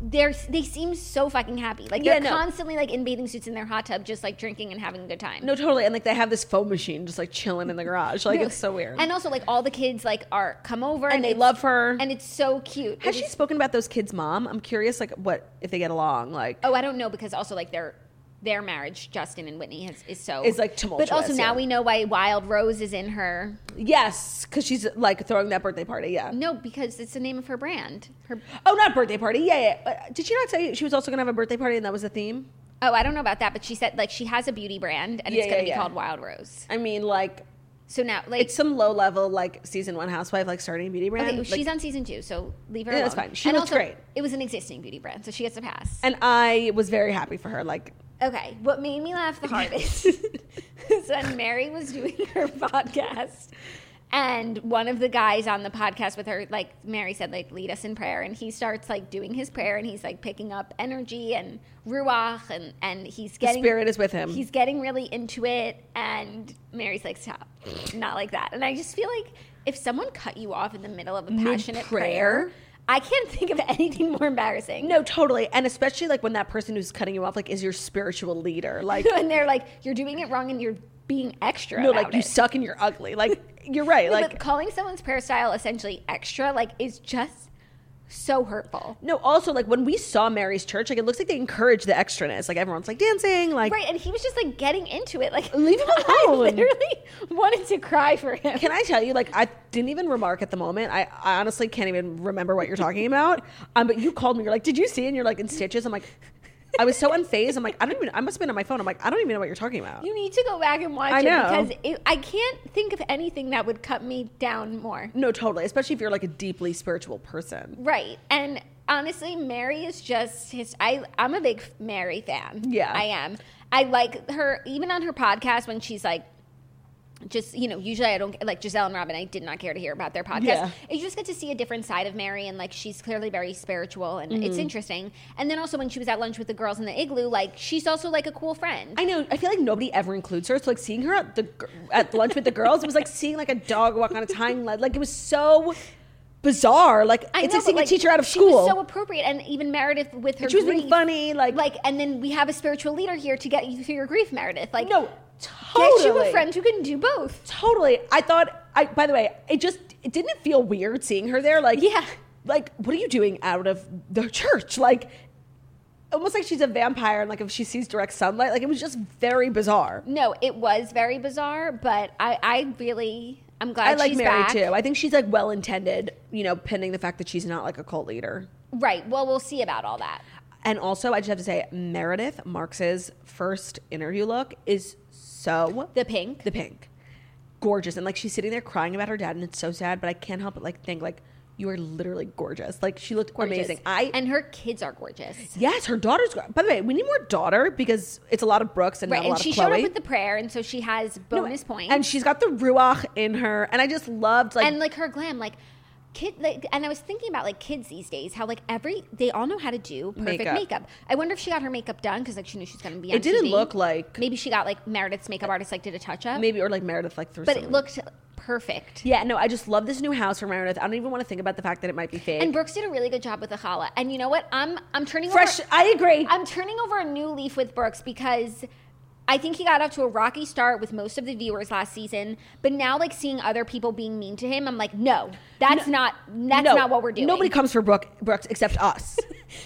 Speaker 2: they're they seem so fucking happy. Like
Speaker 1: Yeah,
Speaker 2: they're
Speaker 1: no.
Speaker 2: constantly like in bathing suits in their hot tub, just like drinking and having a good time.
Speaker 1: No, totally. And like they have this foam machine just like chilling in the garage. Like
Speaker 2: No.
Speaker 1: it's so weird.
Speaker 2: And also, like all the kids like are come over
Speaker 1: And they
Speaker 2: it's-
Speaker 1: love her.
Speaker 2: and it's so cute.
Speaker 1: has
Speaker 2: It
Speaker 1: she
Speaker 2: was-
Speaker 1: spoken about those kids' mom? I'm curious, like what if they get along? Like
Speaker 2: oh, I don't know because also like their their marriage, Justin and Whitney, has, is so
Speaker 1: Is, like,
Speaker 2: But also
Speaker 1: tumultuous,
Speaker 2: now
Speaker 1: yeah.
Speaker 2: we know why Wild Rose is in her.
Speaker 1: yes, because she's like throwing that birthday party. Yeah.
Speaker 2: No, because it's the name of her brand. Her
Speaker 1: Oh, not birthday party. Yeah, yeah. But did she not say she was also gonna have a birthday party and that was the theme?
Speaker 2: oh, I don't know about that, but she said like she has a beauty brand and
Speaker 1: Yeah,
Speaker 2: it's going
Speaker 1: yeah,
Speaker 2: to be
Speaker 1: yeah.
Speaker 2: called Wild Rose.
Speaker 1: I mean, like
Speaker 2: So now like
Speaker 1: it's some low level like season one housewife like starting a beauty brand.
Speaker 2: Okay, well,
Speaker 1: Like,
Speaker 2: she's on season two, so leave her
Speaker 1: Yeah,
Speaker 2: alone.
Speaker 1: that's fine. She looks great.
Speaker 2: It was an existing beauty brand, so she gets a pass.
Speaker 1: and I was very happy for her. Like
Speaker 2: okay, what made me laugh the hardest is when Mary was doing her podcast, and one of the guys on the podcast with her, like Mary said, like lead us in prayer, and he starts like doing his prayer, and he's like picking up energy and ruach, and and he's getting
Speaker 1: spirit is with him.
Speaker 2: He's getting really into it, and Mary's like, stop, not like that. And I just feel like if someone cut you off in the middle of a passionate prayer,
Speaker 1: prayer?
Speaker 2: I can't think of anything more embarrassing.
Speaker 1: no, totally. And especially like when that person who's cutting you off like is your spiritual leader. Like
Speaker 2: and they're like, you're doing it wrong, and you're being extra.
Speaker 1: no,
Speaker 2: about
Speaker 1: like you
Speaker 2: it."
Speaker 1: suck and you're ugly. Like you're right.
Speaker 2: No,
Speaker 1: Like
Speaker 2: but calling someone's prayer style essentially extra, like, is just so hurtful.
Speaker 1: no. Also, like when we saw Mary's church, like it looks like they encourage the extraness. Like everyone's like dancing. Like
Speaker 2: Right, and he was just like getting into it. Like,
Speaker 1: Leave him
Speaker 2: I
Speaker 1: alone.
Speaker 2: literally wanted to cry for him.
Speaker 1: Can I tell you, like, I didn't even remark at the moment. I, I honestly can't even remember what you're talking about. Um, but you called me. You're like, did you see? And you're like, in stitches. I'm like, I was so unfazed. I'm like, I don't even, I must have been on my phone. I'm like, I don't even know what you're talking about.
Speaker 2: You need to go back and watch
Speaker 1: I
Speaker 2: it
Speaker 1: know.
Speaker 2: because it, I can't think of anything that would cut me down more.
Speaker 1: no, totally. Especially if you're like a deeply spiritual person.
Speaker 2: Right. And honestly, Mary is just his. I, I'm a big Mary fan.
Speaker 1: Yeah.
Speaker 2: I am. I like her, even on her podcast when she's like, just you know, usually I don't like Giselle and Robin. I did not care to hear about their podcast.
Speaker 1: Yeah.
Speaker 2: You just get to see a different side of Mary, and like she's clearly very spiritual, and it's
Speaker 1: Mm-hmm.
Speaker 2: interesting. And then also when she was at lunch with the girls in the igloo, like she's also like a cool friend.
Speaker 1: I know. I feel like nobody ever includes her. So like seeing her at the gr- at lunch with the girls, it was like seeing like a dog walk on its hind leg. Like it was so bizarre. Like
Speaker 2: I
Speaker 1: it's
Speaker 2: know,
Speaker 1: like seeing
Speaker 2: but,
Speaker 1: a teacher out of
Speaker 2: she
Speaker 1: school.
Speaker 2: was so appropriate, and even Meredith with her.
Speaker 1: she was being
Speaker 2: grief,
Speaker 1: funny, like-
Speaker 2: like, and then we have a spiritual leader here to get you through your grief, Meredith. Like,
Speaker 1: no,
Speaker 2: get
Speaker 1: totally.
Speaker 2: you a friend who can do both.
Speaker 1: totally i thought i by the way it just it didn't it feel weird seeing her there like
Speaker 2: Yeah.
Speaker 1: like what are you doing out of the church like almost like she's a vampire and like if she sees direct sunlight like it was just very bizarre
Speaker 2: No, it was very bizarre, but I, I really, I'm glad
Speaker 1: i like
Speaker 2: she's
Speaker 1: mary
Speaker 2: back.
Speaker 1: too i think she's like well intended you know pending the fact that she's not like a cult leader
Speaker 2: Right. Well, we'll see about all that.
Speaker 1: and also i just have to say meredith marx's first interview look is so
Speaker 2: The pink.
Speaker 1: the pink gorgeous and like she's sitting there crying about her dad and it's so sad but i can't help but like think like you are literally gorgeous like she looked
Speaker 2: Gorgeous.
Speaker 1: amazing i
Speaker 2: and her kids are gorgeous.
Speaker 1: yes her daughter's gor- by the way we need more daughter because it's a lot of brooks and
Speaker 2: Right,
Speaker 1: not a
Speaker 2: and
Speaker 1: lot
Speaker 2: she
Speaker 1: of
Speaker 2: showed
Speaker 1: chloe
Speaker 2: up with the prayer, and so she has
Speaker 1: No,
Speaker 2: bonus points.
Speaker 1: and she's got the ruach in her and i just loved like,
Speaker 2: and like her glam like kid like and i was thinking about like kids these days how like every they all know how to do perfect
Speaker 1: Makeup.
Speaker 2: makeup, i wonder if she got her makeup done because like she knew she was going to be on
Speaker 1: it didn't
Speaker 2: TV.
Speaker 1: look like Uh,
Speaker 2: maybe she got like meredith's makeup artist like did a touch up
Speaker 1: maybe or like meredith like through
Speaker 2: but it looked perfect.
Speaker 1: Yeah, no, I just love this new house for Meredith. I don't even want to think about the fact that it might be fake.
Speaker 2: And Brooks did a really good job with the challah. And you know what? I'm I'm turning
Speaker 1: Fresh,
Speaker 2: Over,
Speaker 1: I agree.
Speaker 2: I'm turning over a new leaf with Brooks because I think he got off to a rocky start with most of the viewers last season, but now like seeing other people being mean to him, I'm like, no, that's not that's
Speaker 1: No,
Speaker 2: not what we're doing.
Speaker 1: Nobody comes for Brooke, Brooks except us.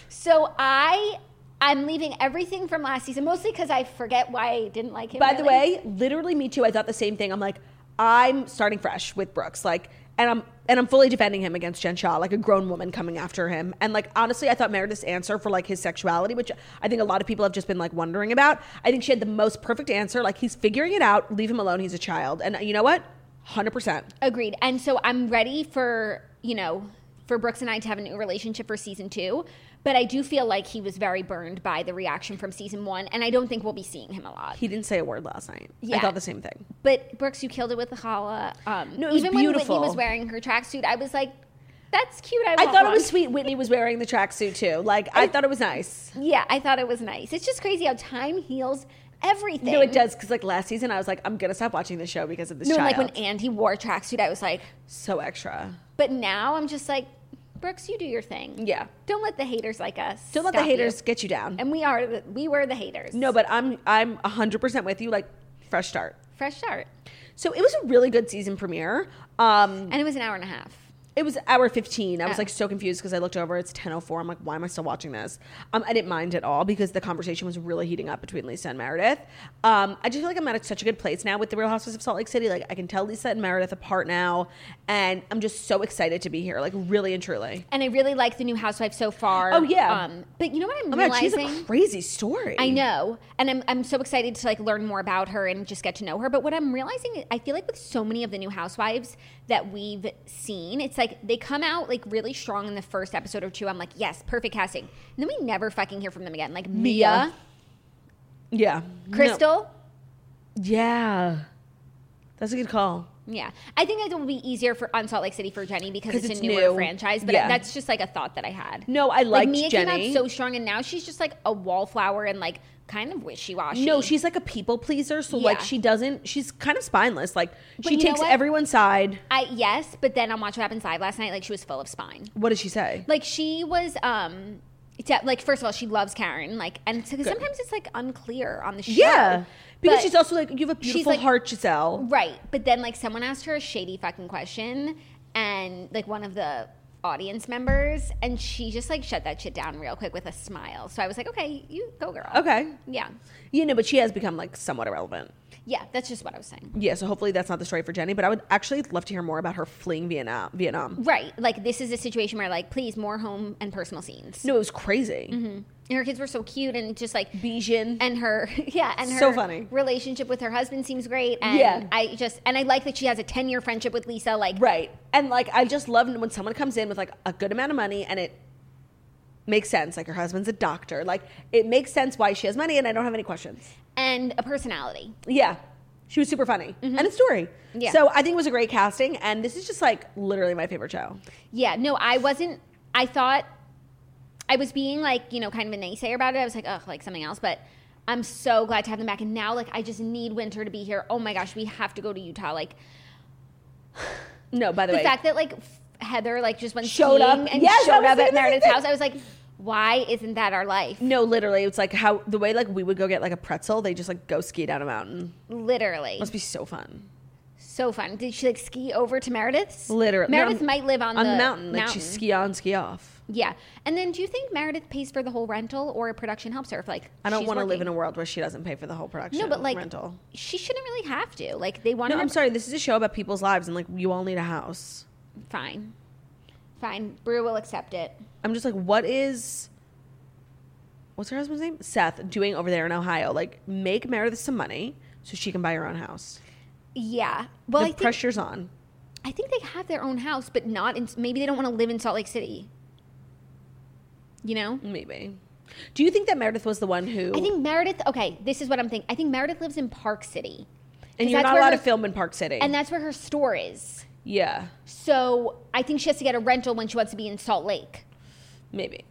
Speaker 2: So I I'm leaving everything from last season mostly because I forget why I didn't like him.
Speaker 1: By the
Speaker 2: really.
Speaker 1: way, literally, me too. I thought the same thing. I'm like, I'm starting fresh with Brooks, like, and I'm and I'm fully defending him against Jen Shaw, like a grown woman coming after him. And like, honestly, I thought Meredith's answer for like his sexuality, which I think a lot of people have just been like wondering about. I think she had the most perfect answer. Like, he's figuring it out. Leave him alone. He's a child. And uh, you know what? Hundred percent.
Speaker 2: Agreed. And so I'm ready for, you know, for Brooks and I to have a new relationship for season two. But I do feel like he was very burned by the reaction from season one. And I don't think we'll be seeing him a lot.
Speaker 1: He didn't say a word last night. I
Speaker 2: Yeah.
Speaker 1: thought the same thing.
Speaker 2: But Brooks, you killed it with the challah. Um,
Speaker 1: No, it was
Speaker 2: even
Speaker 1: beautiful.
Speaker 2: when Whitney was wearing her tracksuit, I was like, that's cute. I,
Speaker 1: I
Speaker 2: want
Speaker 1: thought it
Speaker 2: one.
Speaker 1: was sweet. Whitney was wearing the tracksuit too. Like, I thought it was nice.
Speaker 2: Yeah, I thought it was nice. It's just crazy how time heals everything.
Speaker 1: No, it does because like last season, I was like, I'm gonna stop watching this show because of this
Speaker 2: No, and
Speaker 1: child.
Speaker 2: like when Andy wore a tracksuit, I was like,
Speaker 1: so extra.
Speaker 2: but now I'm just like, Brooks, you do your thing.
Speaker 1: Yeah.
Speaker 2: Don't let the haters like us.
Speaker 1: Don't let the
Speaker 2: stop you.
Speaker 1: haters get you down.
Speaker 2: And we are, the, we were the haters.
Speaker 1: No, but I'm I'm 100% with you like fresh start.
Speaker 2: fresh start.
Speaker 1: So it was a really good season premiere. Um
Speaker 2: And it was an hour and a half.
Speaker 1: it was hour 15. I was
Speaker 2: Oh.
Speaker 1: like so confused because I looked over it's 10:04. I'm like why am I still watching this? Um I didn't mind at all because the conversation was really heating up between Lisa and Meredith. Um I just feel like I'm at such a good place now with the Real Housewives of Salt Lake City. Like I can tell Lisa and Meredith apart now and I'm just so excited to be here like really and truly.
Speaker 2: And I really like the new housewife so far.
Speaker 1: Oh, yeah.
Speaker 2: Um, but you know what I'm
Speaker 1: Oh my god, she's
Speaker 2: realizing?
Speaker 1: a crazy story.
Speaker 2: I know. And I'm, I'm so excited to like learn more about her and just get to know her. But what I'm realizing, I feel like with so many of the new housewives that we've seen, it's like they come out like really strong in the first episode or two. I'm like, yes, perfect casting. And then we never fucking hear from them again. Like Mia,
Speaker 1: Mia. Yeah.
Speaker 2: Crystal.
Speaker 1: No. Yeah. That's a good call.
Speaker 2: Yeah. I think that will be easier for on Salt Lake City for Jenny because
Speaker 1: 'Cause
Speaker 2: it's,
Speaker 1: it's
Speaker 2: a newer
Speaker 1: new.
Speaker 2: franchise. But
Speaker 1: Yeah.
Speaker 2: that's just like a thought that I had.
Speaker 1: No, I
Speaker 2: like
Speaker 1: liked
Speaker 2: Mia
Speaker 1: Jenny.
Speaker 2: came out so strong, and now she's just like a wallflower and like kind of wishy washy.
Speaker 1: No, she's like a people pleaser. So like
Speaker 2: Yeah.
Speaker 1: she doesn't. She's kind of spineless. Like she
Speaker 2: you know
Speaker 1: takes
Speaker 2: what?
Speaker 1: everyone's side.
Speaker 2: I yes, but then on Watch What Happens Live last night, like she was full of spine.
Speaker 1: What did she say?
Speaker 2: Like she was, um, it's at- like first of all, she loves Karen. Like, and so, 'cause sometimes it's like unclear on the show.
Speaker 1: yeah, because
Speaker 2: But-
Speaker 1: she's also like you have a
Speaker 2: she's
Speaker 1: beautiful
Speaker 2: like-
Speaker 1: heart, Giselle.
Speaker 2: Right. But then like someone asked her a shady fucking question and like one of the audience members and she just like shut that shit down real quick with a smile. So I was like, okay, you go girl.
Speaker 1: Okay,
Speaker 2: Yeah.
Speaker 1: you know, but she has become like somewhat irrelevant.
Speaker 2: Yeah, that's just what I was saying.
Speaker 1: Yeah, so hopefully that's not the story for Jenny. But I would actually love to hear more about her fleeing Vietnam. Vietnam.
Speaker 2: Right. Like this is a situation where like please more home and personal scenes.
Speaker 1: No, it was crazy.
Speaker 2: And her kids were so cute and just like
Speaker 1: Bijan.
Speaker 2: and her yeah and her
Speaker 1: So funny.
Speaker 2: relationship with her husband seems great and
Speaker 1: Yeah.
Speaker 2: I just and I like that she has a 10 year friendship with Lisa like
Speaker 1: Right, and like I just love when someone comes in with like a good amount of money and it makes sense. Like her husband's a doctor. Like it makes sense why she has money, and I don't have any questions.
Speaker 2: and a personality.
Speaker 1: Yeah. She was super funny. And a story.
Speaker 2: Mm-hmm. Yeah.
Speaker 1: So I think it was a great casting. And this is just like literally my favorite show.
Speaker 2: Yeah, no, I wasn't. I thought I was being like, you know, kind of a naysayer about it. I was like, ugh, like something else. But I'm so glad to have them back. And now, like, I just need winter to be here. Oh my gosh, we have to go to Utah. Like,
Speaker 1: No, by the,
Speaker 2: the
Speaker 1: way.
Speaker 2: fact that, like, F- Heather, like, just went
Speaker 1: Showed up.
Speaker 2: skiing and
Speaker 1: Yes, I
Speaker 2: showed
Speaker 1: was
Speaker 2: up at
Speaker 1: thinking the same
Speaker 2: Meredith's
Speaker 1: thing.
Speaker 2: house, I was like, why isn't that our life?
Speaker 1: no, literally, it's like how the way like we would go get like a pretzel, they just like go ski down a mountain.
Speaker 2: Literally.
Speaker 1: Must be so fun.
Speaker 2: so fun. Did she, like, ski over to Meredith's?
Speaker 1: Literally, No,
Speaker 2: Meredith
Speaker 1: I'm-
Speaker 2: might live on,
Speaker 1: on the mountain. Like she ski on, ski off.
Speaker 2: Yeah. And then do you think Meredith pays for the whole rental or production helps her? If, like,
Speaker 1: I don't
Speaker 2: she's
Speaker 1: want to live
Speaker 2: working?
Speaker 1: in a world where she doesn't pay for the whole production.
Speaker 2: No, but like
Speaker 1: rental.
Speaker 2: she shouldn't really have to. Like they want
Speaker 1: No,
Speaker 2: her.
Speaker 1: I'm sorry. This is a show about people's lives, and like you all need a house.
Speaker 2: Fine, fine. Brew will accept it.
Speaker 1: I'm just like, what is what's her husband's name? Seth doing over there in Ohio? Like, make Meredith some money so she can buy her own house.
Speaker 2: Yeah. Well,
Speaker 1: the
Speaker 2: I think
Speaker 1: pressure's on.
Speaker 2: I think they have their own house, but not in. Maybe they don't want to live in Salt Lake City. You know.
Speaker 1: Maybe. Do you think that Meredith was the one who?
Speaker 2: I think Meredith. Okay, this is what I'm thinking. I think Meredith lives in Park City, 'Cause
Speaker 1: and you're
Speaker 2: that's
Speaker 1: not
Speaker 2: where
Speaker 1: allowed
Speaker 2: her-
Speaker 1: to film in Park City.
Speaker 2: and that's where her store is.
Speaker 1: yeah,
Speaker 2: So I think she has to get a rental when she wants to be in Salt Lake,
Speaker 1: maybe.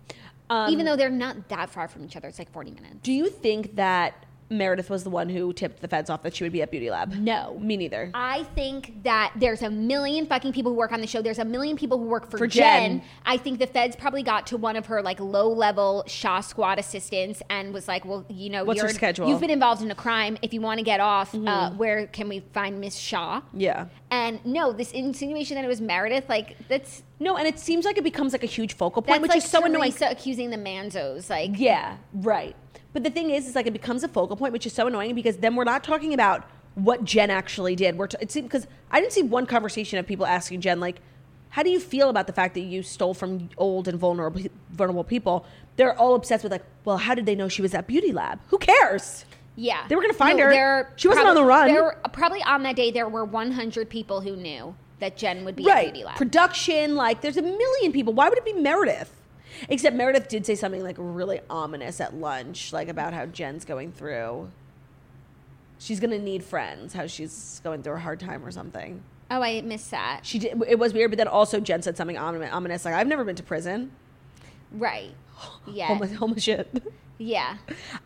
Speaker 1: Um,
Speaker 2: even though they're not that far from each other. It's like 40 minutes.
Speaker 1: do you think that Meredith was the one who tipped the feds off that she would be at Beauty Lab.
Speaker 2: No.
Speaker 1: me neither.
Speaker 2: I think that there's a million fucking people who work on the show. There's a million people who work for,
Speaker 1: For
Speaker 2: Jen.
Speaker 1: Jen.
Speaker 2: I think the feds probably got to one of her like low level Shaw squad assistants and was like, well, you know,
Speaker 1: What's her
Speaker 2: you're-
Speaker 1: schedule? Mm-hmm.
Speaker 2: You've been involved in a crime. If you want to get off, uh, where can we find Miss Shaw?
Speaker 1: yeah.
Speaker 2: And no, this insinuation that it was Meredith, like that's
Speaker 1: No, and it seems like it becomes like a huge focal point,
Speaker 2: that's
Speaker 1: which
Speaker 2: like
Speaker 1: is so annoying.
Speaker 2: Teresa accusing the Manzos, like
Speaker 1: Yeah, right. But the thing is, is like it becomes a focal point, which is so annoying because then we're not talking about what Jen actually did. We're t- it seemed because I didn't see one conversation of people asking Jen like, "How do you feel about the fact that you stole from old and vulnerable vulnerable people?" They're all obsessed with like, "Well, how did they know she was at Beauty Lab? Who cares?"
Speaker 2: Yeah,
Speaker 1: They were gonna find her.
Speaker 2: there-
Speaker 1: She wasn't on the run.
Speaker 2: There were, probably on that day there were 100 people who knew that Jen would be at
Speaker 1: right
Speaker 2: Beauty Lab.
Speaker 1: production like there's a million people why would it be meredith except meredith did say something like really ominous at lunch like about how jen's going through she's gonna need friends how she's going through a hard time or something
Speaker 2: oh, I missed that.
Speaker 1: she did it was weird but then also jen said something omin- ominous like i've never been to prison
Speaker 2: Right. Yeah.
Speaker 1: homeless, homeless shit
Speaker 2: Yeah.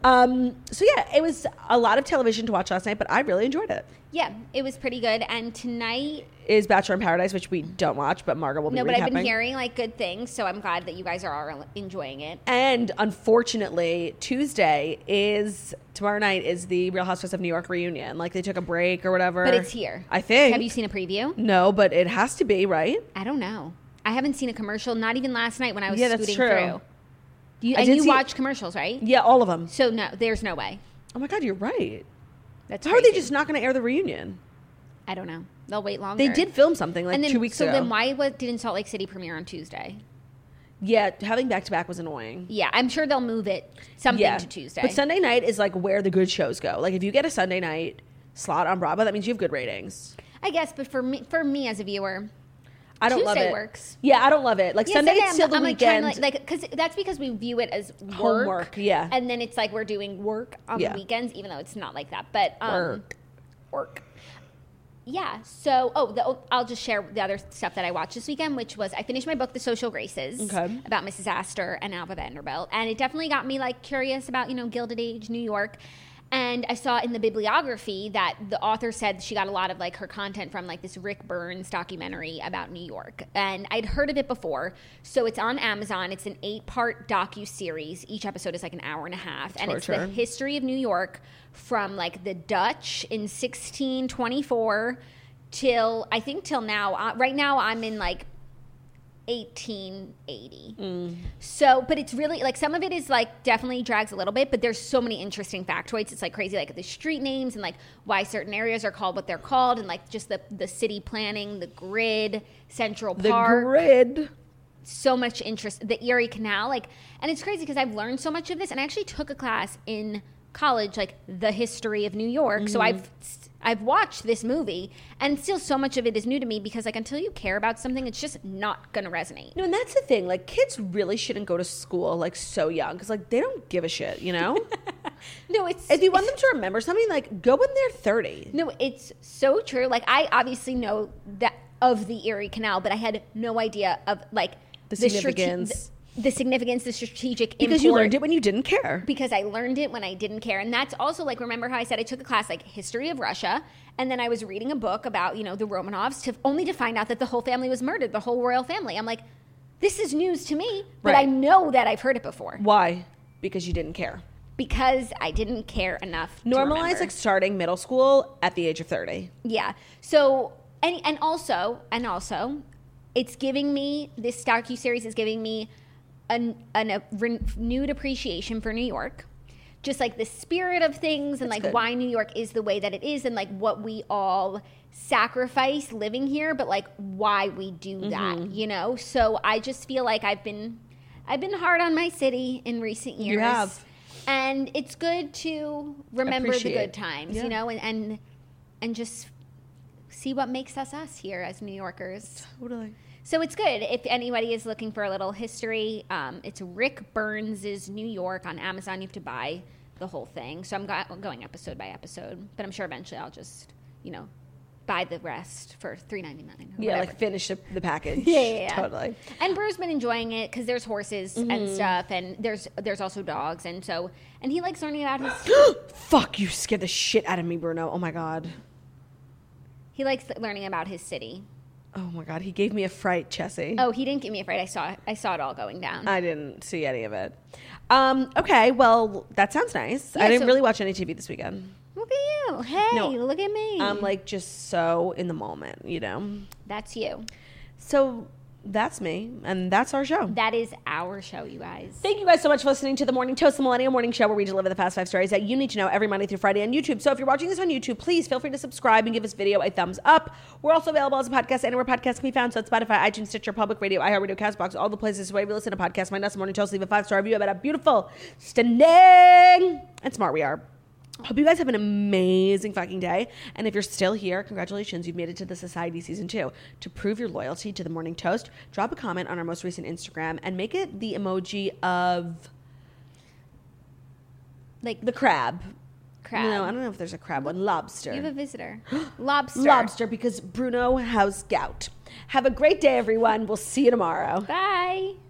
Speaker 1: um, so yeah it was a lot of television to watch last night but i really enjoyed it
Speaker 2: Yeah. It was pretty good. And tonight,
Speaker 1: is bachelor in paradise which we don't watch but margaret will be
Speaker 2: no, but I've been
Speaker 1: recapping.
Speaker 2: hearing like good things, so I'm glad that you guys are all enjoying it.
Speaker 1: And unfortunately, Tuesday is tomorrow night is the Real Housewives of New York reunion. Like they took a break or whatever.
Speaker 2: But it's here.
Speaker 1: I think.
Speaker 2: Have you seen a preview?
Speaker 1: No, but it has to be right.
Speaker 2: I don't know. I haven't seen a commercial. Not even last night when I was
Speaker 1: Yeah, that's
Speaker 2: scooting
Speaker 1: true.
Speaker 2: through. You,
Speaker 1: I
Speaker 2: and
Speaker 1: did
Speaker 2: you
Speaker 1: see-
Speaker 2: watch commercials, right?
Speaker 1: Yeah, all of them.
Speaker 2: So no, there's no way.
Speaker 1: Oh my god, you're right.
Speaker 2: That's
Speaker 1: How are they
Speaker 2: crazy.
Speaker 1: just not going to air the reunion?
Speaker 2: I don't know. They'll wait longer.
Speaker 1: They did film something like
Speaker 2: and then,
Speaker 1: two weeks
Speaker 2: so
Speaker 1: ago.
Speaker 2: then why was, didn't Salt Lake City premiere on Tuesday?
Speaker 1: yeah, having back to back was annoying.
Speaker 2: Yeah, I'm sure they'll move it something
Speaker 1: Yeah,
Speaker 2: to Tuesday.
Speaker 1: But Sunday night is like where the good shows go. Like if you get a Sunday night slot on Bravo, that means you have good ratings.
Speaker 2: I guess, but for me, for me as a viewer,
Speaker 1: I don't love
Speaker 2: Tuesday
Speaker 1: it.
Speaker 2: works.
Speaker 1: Yeah, I don't love it. Like Sunday,
Speaker 2: I'm-
Speaker 1: it's still the
Speaker 2: I'm, like, trying
Speaker 1: weekend.
Speaker 2: to, like, because that's because we view it as work,
Speaker 1: Homework, yeah.
Speaker 2: and then it's like we're doing work on
Speaker 1: Yeah.
Speaker 2: the weekends, even though it's not like that. But um,
Speaker 1: Work.
Speaker 2: work. Yeah. So, oh, the, oh, I'll just share the other stuff that I watched this weekend, which was I finished my book, The Social Graces,
Speaker 1: Okay.
Speaker 2: about Mrs. Astor and Alva Vanderbilt, and it definitely got me like curious about you know Gilded Age New York. And I saw in the bibliography that the author said she got a lot of like her content from like this Rick Burns documentary about New York, and I'd heard of it before. So it's on Amazon. It's an eight-part docu series. Each episode is like an hour and a half, and it's the
Speaker 1: Torture.
Speaker 2: history of New York from like the Dutch in 1624 till I think till now. Uh, right now, I'm in like 1880.
Speaker 1: Mm.
Speaker 2: So, but it's really like some of it is like definitely drags a little bit, but there's so many interesting factoids. It's like crazy, like the street names and like why certain areas are called what they're called, and like just the the city planning, the grid, Central
Speaker 1: the
Speaker 2: Park
Speaker 1: grid.
Speaker 2: so much interest the erie canal like and it's crazy because i've learned so much of this and i actually took a class in college like the history of new york so
Speaker 1: Mm.
Speaker 2: i've i've watched this movie and still so much of it is new to me because like until you care about something it's just not gonna resonate
Speaker 1: No, and that's the thing. Like, kids really shouldn't go to school like so young because like they don't give a shit. You know,
Speaker 2: no it's
Speaker 1: if you want them to remember something, like go when they're thirty.
Speaker 2: No, it's so true. Like I obviously know that of the Erie Canal, but I had no idea of like
Speaker 1: The
Speaker 2: strate-
Speaker 1: significance.
Speaker 2: the, the significance, the strategic
Speaker 1: Because
Speaker 2: import.
Speaker 1: you learned it when you didn't care.
Speaker 2: Because I learned it when I didn't care, and that's also like remember how I said I took a class like history of Russia, and then I was reading a book about you know the Romanovs to only to find out that the whole family was murdered, the whole royal family. I'm like, this is news to me, but I
Speaker 1: Right.
Speaker 2: know that I've heard it before
Speaker 1: Why? Because you didn't care.
Speaker 2: because I didn't care enough. to
Speaker 1: Normalize
Speaker 2: remember.
Speaker 1: like starting middle school at the age of thirty.
Speaker 2: Yeah. So and and also and also, it's giving me this docu series is giving me an, an a renewed appreciation for New York, just like the spirit of things and like
Speaker 1: good.
Speaker 2: why New York is the way that it is and like what we all sacrifice living here, but like why we do
Speaker 1: Mm-hmm.
Speaker 2: that, you know. So I just feel like I've been I've been hard on my city in recent years.
Speaker 1: have.
Speaker 2: And it's good to remember
Speaker 1: Appreciate.
Speaker 2: the good times,
Speaker 1: Yeah.
Speaker 2: you know, and, and and just see what makes us us here as New Yorkers.
Speaker 1: Totally.
Speaker 2: So it's good if anybody is looking for a little history. Um, it's Rick Burns's New York on Amazon. You have to buy the whole thing. So I'm go- going episode by episode, but I'm sure eventually I'll just you know buy the rest for three ninety nine.
Speaker 1: Yeah, like finish the the package.
Speaker 2: Yeah, yeah, yeah.
Speaker 1: totally. Mm-hmm.
Speaker 2: And Brewer's been enjoying it because there's horses and stuff, and there's there's also dogs, and so and he likes learning about his
Speaker 1: Fuck, you scared the shit out of me, Bruno. Oh my god.
Speaker 2: he likes learning about his city.
Speaker 1: Oh my god, he gave me a fright, Chessie.
Speaker 2: Oh, he didn't get me afraid. I saw I saw it all going down.
Speaker 1: I didn't see any of it. Um, okay, well, that sounds nice. I
Speaker 2: Yeah,
Speaker 1: didn't
Speaker 2: so-
Speaker 1: really watch any TV this weekend.
Speaker 2: look at you! Hey,
Speaker 1: No, um,
Speaker 2: look at me!
Speaker 1: I'm like just so in the moment, you know?
Speaker 2: That's you.
Speaker 1: So that's me, and that's our show.
Speaker 2: That is our show, you guys.
Speaker 1: Thank you guys so much for listening to the Morning Toast, the Millennial Morning Show, where we deliver the past five stories that you need to know every Monday through Friday on YouTube. So if you're watching this on YouTube, please feel free to subscribe and give this video a thumbs up. We're also available as a podcast anywhere podcasts can be found. So it's Spotify, iTunes, Stitcher, Public Radio, iHeartRadio, CastBox, all the places where you listen to podcasts. Find us the Morning Toast. Leave a five star review about how beautiful, stunning, and smart we are. Hope you guys have an amazing fucking day. And if you're still here, congratulations, you've made it to the Society Season 2. To prove your loyalty to the Morning Toast, drop a comment on our most recent Instagram and make it the emoji of
Speaker 2: Like
Speaker 1: the crab.
Speaker 2: crab.
Speaker 1: No, I don't know if there's a crab one. Lobster.
Speaker 2: you have a visitor. Lobster.
Speaker 1: Lobster because Bruno has gout. Have a great day, everyone. We'll see you tomorrow.
Speaker 2: Bye.